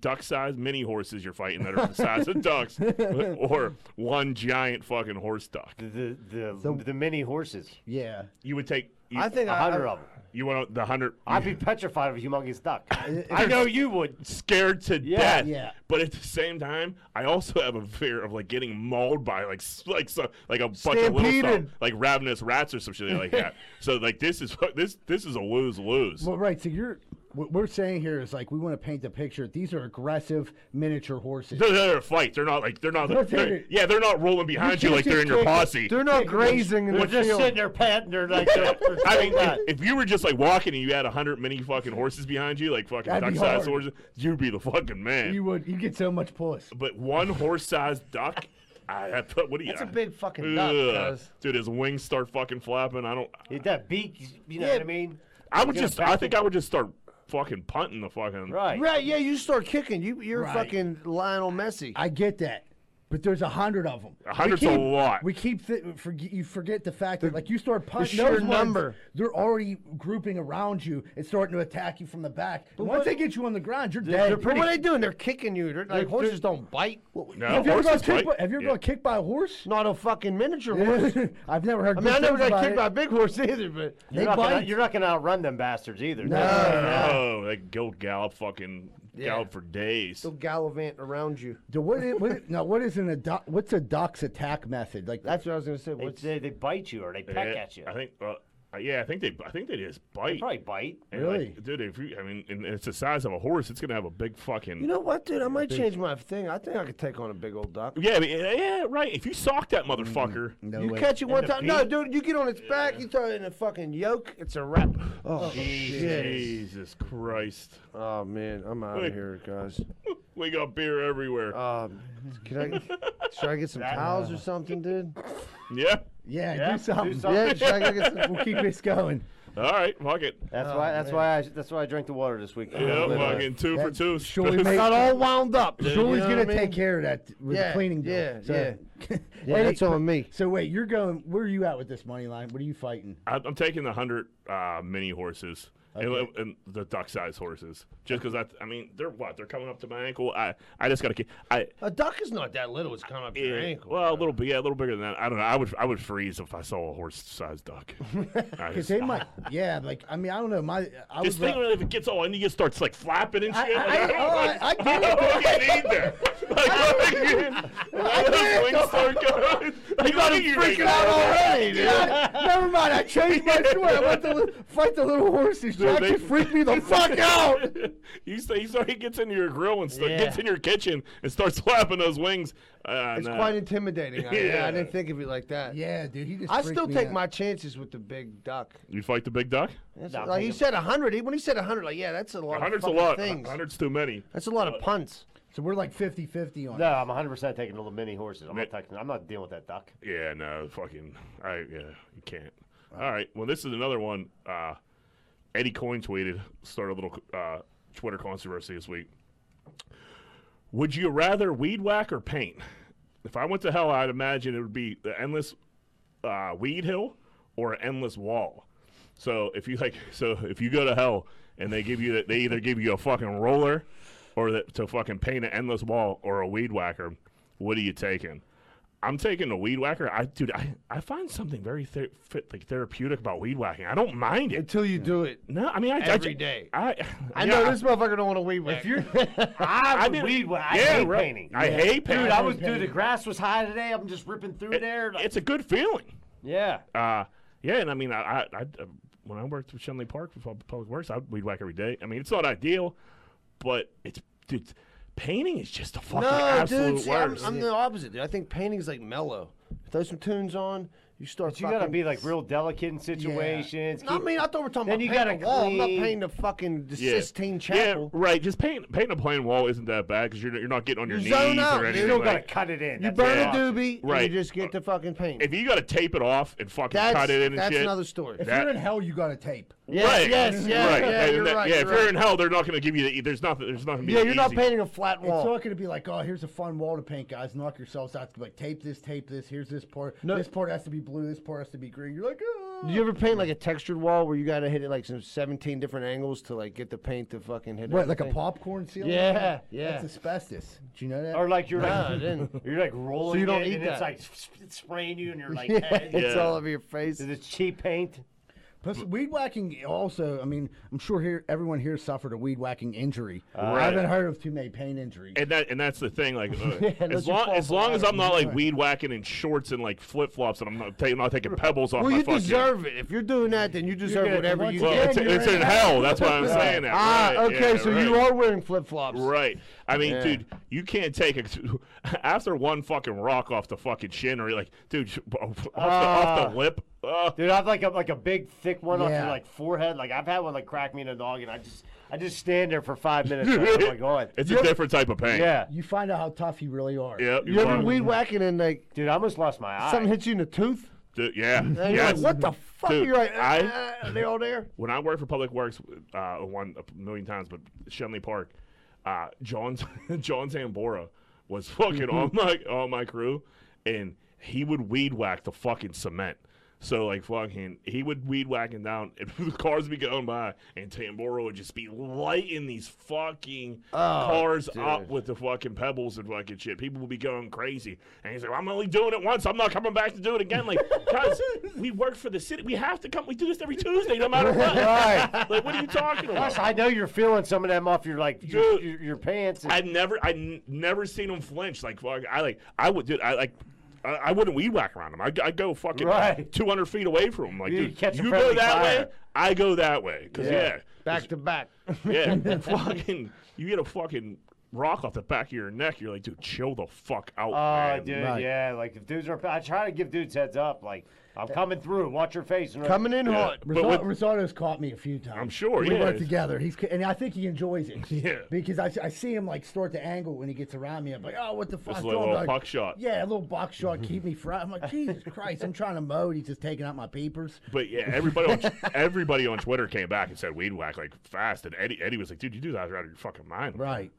B: duck-sized mini horses you're fighting that are the size of ducks, or one giant fucking horse duck.
D: The the the, the mini horses.
A: Yeah.
B: You would take. You,
F: I think
D: A
F: I-
D: hundred
F: I-
D: of them.
B: you want the hundred.
D: I'd be petrified of a humongous duck.
B: I know you would. Scared to death.
A: yeah.
B: But at the same time, I also have a fear of like getting mauled by like s- like so, like a bunch of little stuff,
F: Stampeded.
B: like ravenous rats or some shit like that. so like this is fu- this this is a lose lose.
A: Well, right. So you're what we're saying here is like we want to paint the picture. These are aggressive miniature horses.
B: They're, they're a fight. They're not like they're not.
A: No,
B: they're-
A: dude.
B: yeah, they're not rolling behind you,
F: can't
B: like they're
F: just
B: in your
F: take it.
B: posse.
F: They're not grazing in
D: They're
F: the
D: just
F: field.
D: sitting there patting her like that. for
B: I mean,
D: so long.
B: if, if you were just like walking and you had a hundred mini fucking horses behind you, like fucking
A: That'd
B: duck
A: be
B: sized
A: hard.
B: horses, you'd be the fucking man.
A: You would you get so much puss.
B: but one horse sized duck. I, I put, what do you?
F: That's a big fucking duck, cuz.
B: Dude, his wings start fucking flapping. I don't.
D: If that beak, you know what I mean?
B: I would
D: You're
B: just.
D: gonna
B: I
D: back
B: think
D: it-
B: I would just start fucking punting the fucking.
D: Right.
F: Right, yeah, you start kicking. You, you're
A: Right.
F: fucking Lionel Messi.
A: I get that, but there's a hundred of them.
B: A hundred's a lot.
A: We keep th- forget, you forget the fact that like you start punching
F: sheer
A: those ones,
F: number.
A: They're already grouping around you and starting to attack you from the back. But once
F: what-
A: they get you on the ground, you're
F: But
A: dead.
F: what are they doing? They're kicking you. They're, like horses don't bite.
B: No,
A: have you ever got
B: horses
A: kicked? By,
B: bite.
A: have you ever
B: Yeah.
A: got kicked by a horse?
F: Not a fucking miniature horse.
A: I've never heard.
F: I mean, I never got kicked by a
A: about
F: big horse either, but
A: They
D: You're not, gonna,
A: bite.
D: you're not gonna outrun them bastards either.
B: Oh, like go gallop fucking gallop for days.
F: they'll gallivant around you.
A: So what is, what is, now what is an adoc, what's a duck's attack method? Like
F: That's what I was gonna say.
D: They,
F: What's
D: they, they bite you or they peck
B: Yeah,
D: at you.
B: I think uh, Uh, yeah, I think they. I think they just bite.
D: Probably bite.
B: And, like,
C: Really?
B: dude? If you, I mean, and it's the size of a horse. It's gonna have a big fucking.
F: You know what, dude? I might change my thing. I think I could take on a big old duck.
B: yeah, I mean, yeah, right. If you sock that motherfucker,
A: No
F: You
A: way.
F: catch it one
B: the
F: time. No,
B: beak?
F: dude, you get on its back, you throw it in a fucking yoke, it's a wrap. Oh, shit.
B: Jesus Christ,
F: Oh, man, I'm out
B: Wait.
F: of here, guys.
B: we got beer everywhere.
F: Um, can I, should I get some towels or something, dude?
B: yeah.
C: Yeah,
D: Yeah,
C: do something.
D: do
F: Yeah, should I go get some?
C: we'll keep this going.
B: All right, fuck it.
D: That's
F: Oh,
D: why. That's why. I, that's why I drank the water this week.
B: Yeah, fucking two for two.
C: surely
F: I
C: make-
F: got all wound up. dude,
C: Julie's
F: you know
C: gonna
F: what I mean?
C: take care of that with
F: Yeah,
C: the cleaning bill.
F: yeah,
C: so.
F: yeah.
C: Eddie,
F: Yeah, that's on me.
C: So wait, you're going. Where are you at with this money line? What are you fighting?
B: I- I'm taking the hundred uh, mini horses and, li- and the duck sized horses, just because I, I mean, they're what? They're coming up to my ankle. I, I just gotta keep. I,
F: A duck is not that little. It's coming up your
B: yeah,
F: ankle.
B: well, a little bit, yeah, a little bigger than that. I don't know. I would, I would freeze if I saw a horse-sized duck. I
C: Because
B: just-
C: they might. Yeah, like I mean, I don't know. My I
B: This
C: was.
B: thing, if it gets all in you, it starts like flapping and
C: I-
B: shit.
C: I-
B: like,
C: I- oh, I- I get
B: I
C: it.
B: don't fucking need that. Like, fucking- when those wings start going, like, look at you
C: freaking out already. dude. Never mind. I changed my story. I went to li- fight the little horses. Jack,
B: they-
C: you freaked me the fuck out.
B: you say you start, he gets into your grill and st- gets in your kitchen and starts flapping those wings. Uh,
F: It's
B: nah.
F: quite intimidating. I, yeah,
B: Yeah.
F: I didn't think of it like that.
C: Yeah, dude. He just.
F: I
C: freaked
F: still
C: me
F: take
C: out.
F: my chances with the big duck.
B: you fight the big duck.
F: That's-
D: Nah,
F: like
D: take
F: he
D: him.
F: said, hundred. When he said hundred, like yeah, that's a lot.
B: Hundred's a
F: of fucking
B: lot.
F: Things.
B: Hundred's too many.
F: That's a lot of punts.
C: So we're like 50-50 on.
D: No,
C: it.
D: I'm 100 percent taking the little mini horses. I'm not
B: Ma-
D: taking. I'm not dealing with that duck.
B: Yeah, no, fucking, I yeah, you can't. All right, well, this is another one. Uh, Eddie Coyne tweeted, started a little uh, Twitter controversy this week. Would you rather weed whack or paint? If I went to hell, I'd imagine it would be the endless uh, weed hill or an endless wall. So if you like, so if you go to hell and they give you that, they either give you a fucking roller or that to fucking paint an endless wall or a weed whacker. What are you taking? I'm taking a weed whacker. I dude, I, I find something very ther- fit, like therapeutic about weed whacking. I don't mind it.
F: Until you do it.
B: No, I mean I I,
F: Every day.
B: I,
F: I
B: yeah,
F: know this motherfucker don't want to weed whack.
D: I,
B: mean,
D: weed. wa- I
B: yeah,
D: hate
B: right.
D: painting.
B: I hate painting.
D: Dude, I was dude. The grass was high today. I'm just ripping through
B: It-
D: there. like-
B: it's a good feeling.
D: yeah.
B: Uh, yeah, and I mean, I, I, I uh, when I worked with Shenley Park for pub- Public Works, I weed whack every day. I mean, it's not ideal, but it's dude, painting is just a fucking
F: no,
B: absolute
F: dude. See, I'm,
B: worst.
F: I'm the opposite, dude. I think painting's like mellow. Throw some tunes on. You start.
D: But you gotta
F: fucking-
D: be like real delicate in situations.
F: No, I
D: keep-
F: mean, I thought we were talking
D: Then
F: about
D: you
F: painting
D: gotta
F: a wall. I'm not
D: clean.
F: painting the fucking the
B: yeah.
F: Sistine Chapel.
B: Yeah, right. Just paint painting a plain wall isn't that bad because you're you're not getting on your
F: You
B: knees
F: zone
B: or
F: out, dude.
B: anything.
D: you don't gotta
B: like-
D: cut it in.
F: You
D: That's
F: burn
D: the
F: a
D: option.
F: doobie,
B: Right.
F: and you just get the fucking paint.
B: if you got to tape it off and fucking
F: that's
B: cut it in and
F: that's
B: shit,
F: another story.
C: If you're
B: that-
C: in hell, you got to tape.
F: Yeah,
B: right?
F: yes, yeah,
B: right.
F: yeah,
B: And
F: you're
B: that-
F: right,
B: yeah,
F: you're
B: if you're
F: right.
B: in hell, they're not going to give you. The, there's nothing. There's not going to be.
F: yeah,
B: an
F: you're not
B: easy-
F: painting a flat
C: It's
F: wall.
C: not going to be like, oh, here's a fun wall to paint, guys. Knock yourselves out. It's gonna be Like, tape this, tape this. Here's this part. This part has to be blue. This part has to be green. You're like, oh.
F: Did you ever paint like a textured wall where you got to hit it like some 17 different angles to like get the paint to fucking hit?
C: What, like a
F: everything?
C: popcorn ceiling?
F: Yeah, yeah. Uh,
C: That's asbestos. Do you know that?
D: Or like you're
F: Nah, I
D: like
F: didn't.
D: you're like rolling.
F: So you don't
D: it,
F: eat
D: and It's
F: that.
D: like sp- spraying you, and you're like,
F: yeah,
D: hey,
F: it's
B: Yeah.
F: all over your face.
D: is it cheap paint?
C: Plus, weed whacking also, I mean, I'm sure here everyone here suffered a weed whacking injury. I
B: Right.
C: haven't heard of too many pain injuries.
B: And that and that's the thing. Like, uh,
F: unless
B: as
F: you
B: long
F: fall
B: as
F: from
B: long
F: the
B: as I'm not like weed whacking in shorts and like flip flops, and I'm not taking not taking pebbles off
F: Well,
B: my
F: you
B: fucking.
F: deserve it. If you're doing that, then you deserve
C: gonna-
F: whatever
C: once
F: you
B: well,
C: again,
F: get.
B: it's,
C: you're
B: it's
C: in
B: in
C: hell.
B: hell. That's why I'm saying that.
F: Ah,
B: Right,
F: okay,
B: yeah,
F: so you
B: right.
F: are wearing flip flops.
B: Right. I mean,
F: Yeah.
B: dude, you can't take a after one fucking rock off the fucking shin or like, dude, sh- off, the, off
D: Ah.
B: the lip. Uh,
D: Dude, I've like a like a big thick one off
C: Yeah.
D: your like forehead. Like I've had one like crack me in the dog, and I just I just stand there for five minutes. like, oh my god.
B: it's a different type of pain.
D: Yeah,
C: you find out how tough you really are.
B: Yep.
F: You ever
B: want-
F: weed whacking and like
D: dude, I almost lost my eye.
F: something hits you in the tooth?
B: Dude, yeah.
F: And you're
B: yes.
F: like, what the fuck?
B: Dude,
F: you're like,
B: I-
F: "Ah, are they all there?
B: when I worked for Public Works, uh, one a million times, but Shenley Park, uh, John John Zambora was fucking on my on my crew, and he would weed whack the fucking cement. So like fucking, he would weed whacking down, and the cars would be going by, and Tambora would just be lighting these fucking
D: Oh,
B: cars up with the fucking pebbles and fucking shit. People would be going crazy, and he's like, "I'm only doing it once. I'm not coming back to do it again." Like, guys, we work for the city. We have to come. We do this every Tuesday, no matter what.
D: Right.
B: Like, what are you talking
D: Plus,
B: about?
D: I know you're feeling some of them off your like your,
B: Dude.
D: your, your pants. And,
B: I've never, I n- never seen him flinch. Like, fuck, I like, I would, dude, I like, I, I wouldn't weed whack around him. I, I go fucking
D: Right.
B: 200 feet away from him. Like,
D: You
B: dude,
D: catch a
B: you go
D: friendly
B: that
D: fire.
B: way, I go that way. Because, yeah.
F: Back to back.
B: Yeah, fucking, you get a fucking rock off the back of your neck. You're like, dude, chill the fuck out,
D: Oh,
B: man.
D: dude,
C: Right.
D: yeah. Like if dudes are, I try to give dudes heads up. Like I'm coming through. Watch your face. And
F: Coming in hot.
B: But
C: Rosado,
B: with-
C: Rosado's caught me a few times.
B: I'm sure,
C: we
B: yeah.
C: work together. He's and I think he enjoys it.
B: Yeah.
C: because I, I see him like start to angle when he gets around me. I'm like, oh, what the fuck?
B: It's like a
C: Don't-
B: little
C: like,
B: puck shot.
C: Yeah, a little box shot. Keep me fried. I'm like, Jesus Christ! I'm trying to mow. and He's just taking out my peepers.
B: But yeah, everybody on everybody on Twitter came back and said weed whack like fast, and Eddie Eddie was like, dude, you do that out of your fucking mind.
C: Right.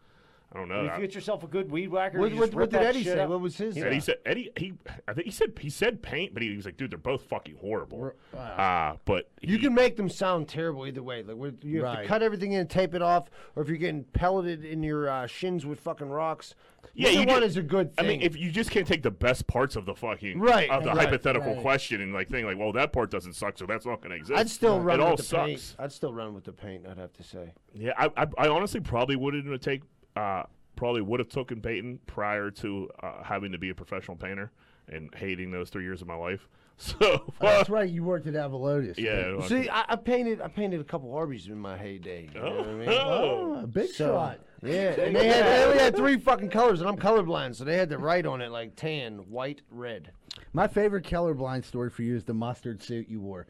B: I don't know.
D: If
B: I-
D: you get yourself a good weed whacker,
F: What,
D: you
F: what,
D: just
F: what
D: rip
F: did
D: that
F: Eddie
D: shit
F: say?
D: up.
F: What was his?
B: Eddie said Eddie he I think he said he said paint, but he was like, dude, they're both fucking horrible. Uh, but
F: You
B: he-
F: can make them sound terrible either way. Like we're, you have
C: Right.
F: to cut everything in, tape it off, or if you're getting pelleted in your uh, shins with fucking rocks.
B: yeah,
F: either
B: you
F: one
B: did-
F: is a good thing.
B: I mean, if you just can't take the best parts of the fucking
F: Right,
B: of the
F: right,
B: hypothetical
C: right.
B: question and like thing, like, well, that part doesn't suck, so that's not going to exist.
F: I'd still run
B: It
F: with
B: all
F: the
B: sucks.
F: paint. I'd still run with the paint. I'd have to say.
B: Yeah, I, I, I honestly probably wouldn't have take uh, probably would have taken painting prior to uh, having to be a professional painter and hating those three years of my life. So
C: That's right. You worked at Avalotis.
B: yeah, like-
F: Oh, See, I, I painted. I painted a couple Arby's in my heyday. You know what I mean?
B: oh,
C: Oh, big
F: So-
C: shot.
F: Yeah, and they had they only had three fucking colors, and I'm colorblind, so they had to write on it like tan, white, red.
C: My favorite colorblind story for you is the mustard suit you wore.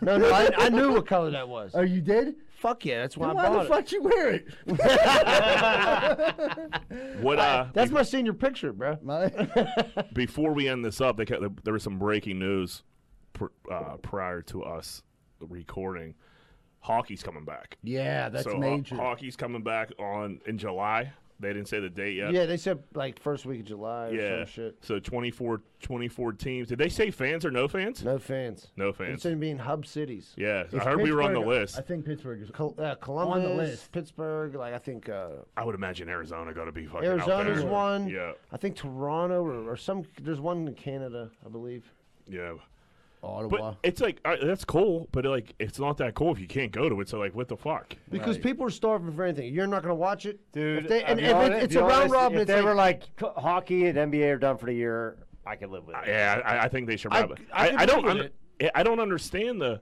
F: No, no, I, I knew what color that was.
C: oh, you did?
F: Fuck yeah, that's why
C: Then
F: I
C: why
F: bought
C: the
F: it.
C: fuck you wear it?
B: what uh,
F: That's my senior picture, bro.
C: My-
B: before we end this up, they ca- there was some breaking news pr- uh, prior to us recording. Hockey's coming back.
C: yeah, that's
B: so uh, ho-
C: major.
B: hockey's coming back on in July. They didn't say the date yet.
F: Yeah, they said like first week of July or
B: Yeah.
F: some shit.
B: So 24, 24 teams. Did they say fans or no fans?
F: No fans.
B: No
F: It's
B: fans.
F: going to be in hub cities.
B: Yeah,
C: Is
B: I heard we were on the
C: Pittsburgh-
B: list.
C: I think Pittsburgh is.
F: Col- uh, Columbus,
C: list.
F: Pittsburgh, like I think uh,
B: I would imagine Arizona got to be fucking
F: Arizona's
B: out there.
F: one.
B: Yeah,
F: I think Toronto or, or some. There's one in Canada, I believe.
B: yeah. But
C: Ottawa.
B: it's like all right, that's cool, but like it's not that cool if you can't go to it. So like, what the fuck?
F: Because people are starving for anything. You're not going to watch it,
D: Dude,
F: If they,
D: I'll
F: and
D: be
F: if
D: honest-
F: it, it's
D: be
F: a round
D: honest,
F: robin.
D: If
F: It's
D: they
F: like,
D: were like "Co- hockey and NBA are done for the year, I could live with it.
B: Yeah, I, I think they should.
F: I-
B: Wrap it.
F: I
B: I,
F: can
B: I don't.
F: live with
B: un- I don't understand the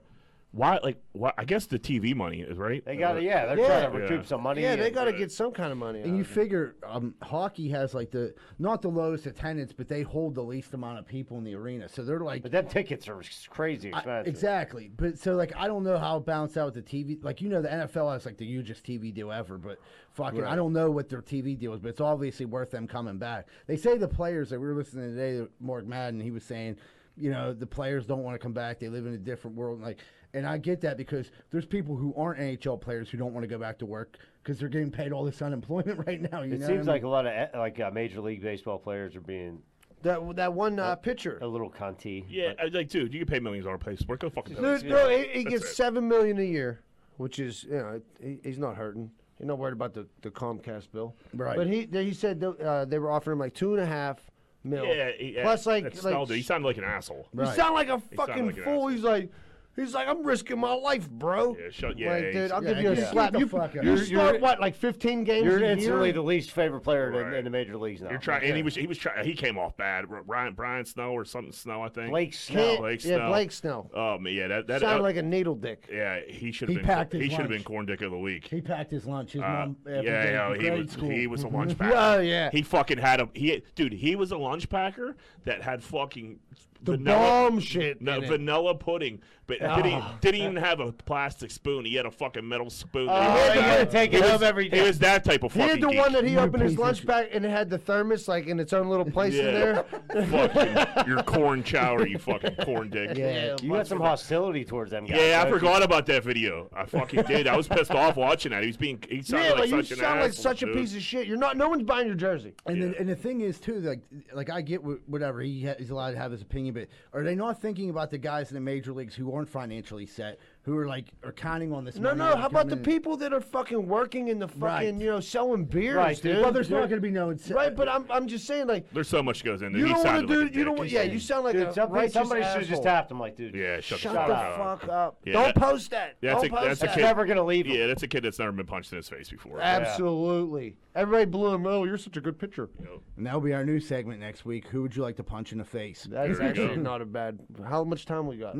B: why. Like, why, I guess the TV money is right.
D: They got to yeah, they're
F: Yeah.
D: trying to recoup
B: Yeah.
D: some money.
F: yeah, they
D: and-
F: got to get some kind of money.
C: and
F: out
C: you
F: of it.
C: figure um, hockey has like the not the lowest attendance, but they hold the least amount of people in the arena, so they're like
D: But them tickets are s- crazy
C: I-
D: expensive.
C: exactly. But so like I don't know how it balanced out with the TV. Like you know the NFL has like the hugest TV deal ever, but fucking I don't know what their TV deal is, but it's obviously worth them coming back. They say the players that we were listening to today, Mark Madden, he was saying, you know, the players don't want to come back. They live in a different world. And like, and I get that because there's people who aren't NHL players who don't want to go back to work because they're getting paid all this unemployment right now. You
D: It
C: know
D: seems
C: what I
D: like a lot of eh, like uh, major league baseball players are being
F: that that one uh, pitcher.
D: a little cunty.
B: Yeah, I- like dude, you can pay millions on place. Work go fucking. do
F: Dude,
B: it.
F: bro, he, he gets
B: it.
F: seven million a year, which is you know he, he's not hurting. You're not worried about the, the Comcast bill,
C: Right.
F: But he they- he said th- uh, they were offering him like two and a half mil.
B: Yeah, he- yeah,
F: plus like
B: that
F: like
B: smell, dude, he sounded like an asshole.
F: you sound like a fucking
B: like an
F: fool.
B: asshole.
F: He's like. He's like, I'm risking my life, bro.
B: Yeah, shut- yeah,
F: like, dude,
B: he's-
F: I'll
C: Yeah,
F: give you a
C: yeah.
F: slap.
C: Get the
F: You,
C: fuck out.
F: you
C: You're-
F: start
D: you're-
F: what, like 15 games
D: You're
F: a
D: instantly
F: year?
D: the least favorite player in,
B: Right.
D: in the major leagues now.
B: You're trying, and he was he was trying. He came off bad. R- Brian Brian Snow or something Snow, I think.
D: Blake
F: Can't-
D: Snell.
B: Blake
F: yeah,
B: Snell.
F: Blake Snell.
B: Oh man, yeah, that that
F: Sound
B: uh,
F: like a needle dick.
B: yeah, he should
C: He
B: have
C: packed
B: been
C: his
B: he should have been
C: lunch.
B: corn dick of the week.
C: mean? he packed his lunch. His
B: Uh,
C: mom.
B: yeah,
C: every day
B: yeah,
C: in
B: he
C: grade
B: was
C: school.
B: he was a lunch packer.
F: Oh, yeah.
B: he fucking had him. He dude, he was a lunch packer that had fucking the
F: bomb shit
B: no,
F: in it. Oh.
B: vanilla pudding, but didn't didn't even have a plastic spoon. He had a fucking metal spoon. that he
F: Oh,
B: was-
F: you had to take
B: he
F: it
B: was-
F: home every
B: He
F: day.
B: was that type of
F: He
B: fucking.
F: had the
B: geek.
F: one that he
C: You
F: opened his
C: piece of
F: lunch
C: shit.
F: bag and it had the thermos like in its own little place in there.
B: fucking your corn chowder, you fucking corn dick.
F: Yeah,
D: You got some hostility towards them guys.
B: Yeah, I
D: don't you?
B: forgot about that video. I fucking did. I was pissed off watching that. He was being. He sounded
F: Yeah, like,
B: like,
F: you
B: such an
F: sound like
B: asshole,
F: such a
B: dude.
F: piece of shit. You're not. No one's buying your jersey.
C: And then, and the thing is too, like like I get wh- whatever he ha- he's allowed to have his opinion, but are they not thinking about the guys in the major leagues who aren't financially set,
A: who are like are counting on this.
F: No,
A: money
F: no.
A: to
F: How about
A: come
F: the
A: in.
F: people that are fucking working in the fucking,
A: Right.
F: you know, selling beers,
D: Right,
F: dude?
D: dude.
A: Well, there's not going to be no incentive.
F: right, but I'm, I'm just saying, like,
B: There's so much goes into.
F: you
B: he
F: don't want
B: sounded
F: to do,
B: like a
F: you don't,
B: dick.
F: want, yeah, you sound like
D: Dude,
F: a
D: somebody,
F: righteous
D: somebody should
F: asshole.
D: have just tapped him, like, dude.
B: Yeah, shut,
F: Shut
B: the fuck
F: the
B: up.
F: fuck up!
B: Yeah,
F: don't
B: that-
F: post that.
B: That's
F: don't
B: a,
F: post
B: that's a
F: that.
B: kid.
D: never gonna leave him.
B: Yeah, that's a kid that's never been punched in his face before.
F: Absolutely. Everybody blew him. Oh, you're such a good pitcher.
A: and that'll be our new segment next week. Who would you like to punch in the face?
F: That is
B: There you go.
F: actually not a bad. How much time we got?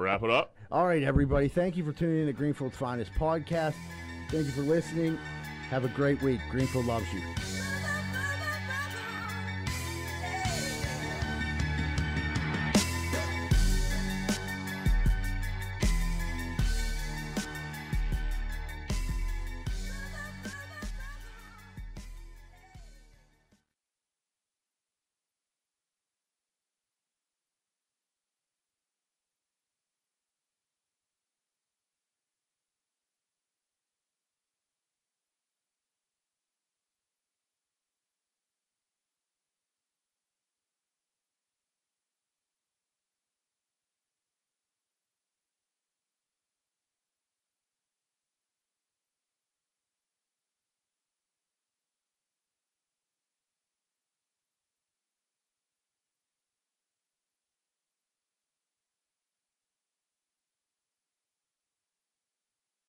B: Wrap it up.
A: All right, everybody. Thank you for tuning in to Greenfield's Finest Podcast. Thank you for listening. Have a great week. Greenfield loves you.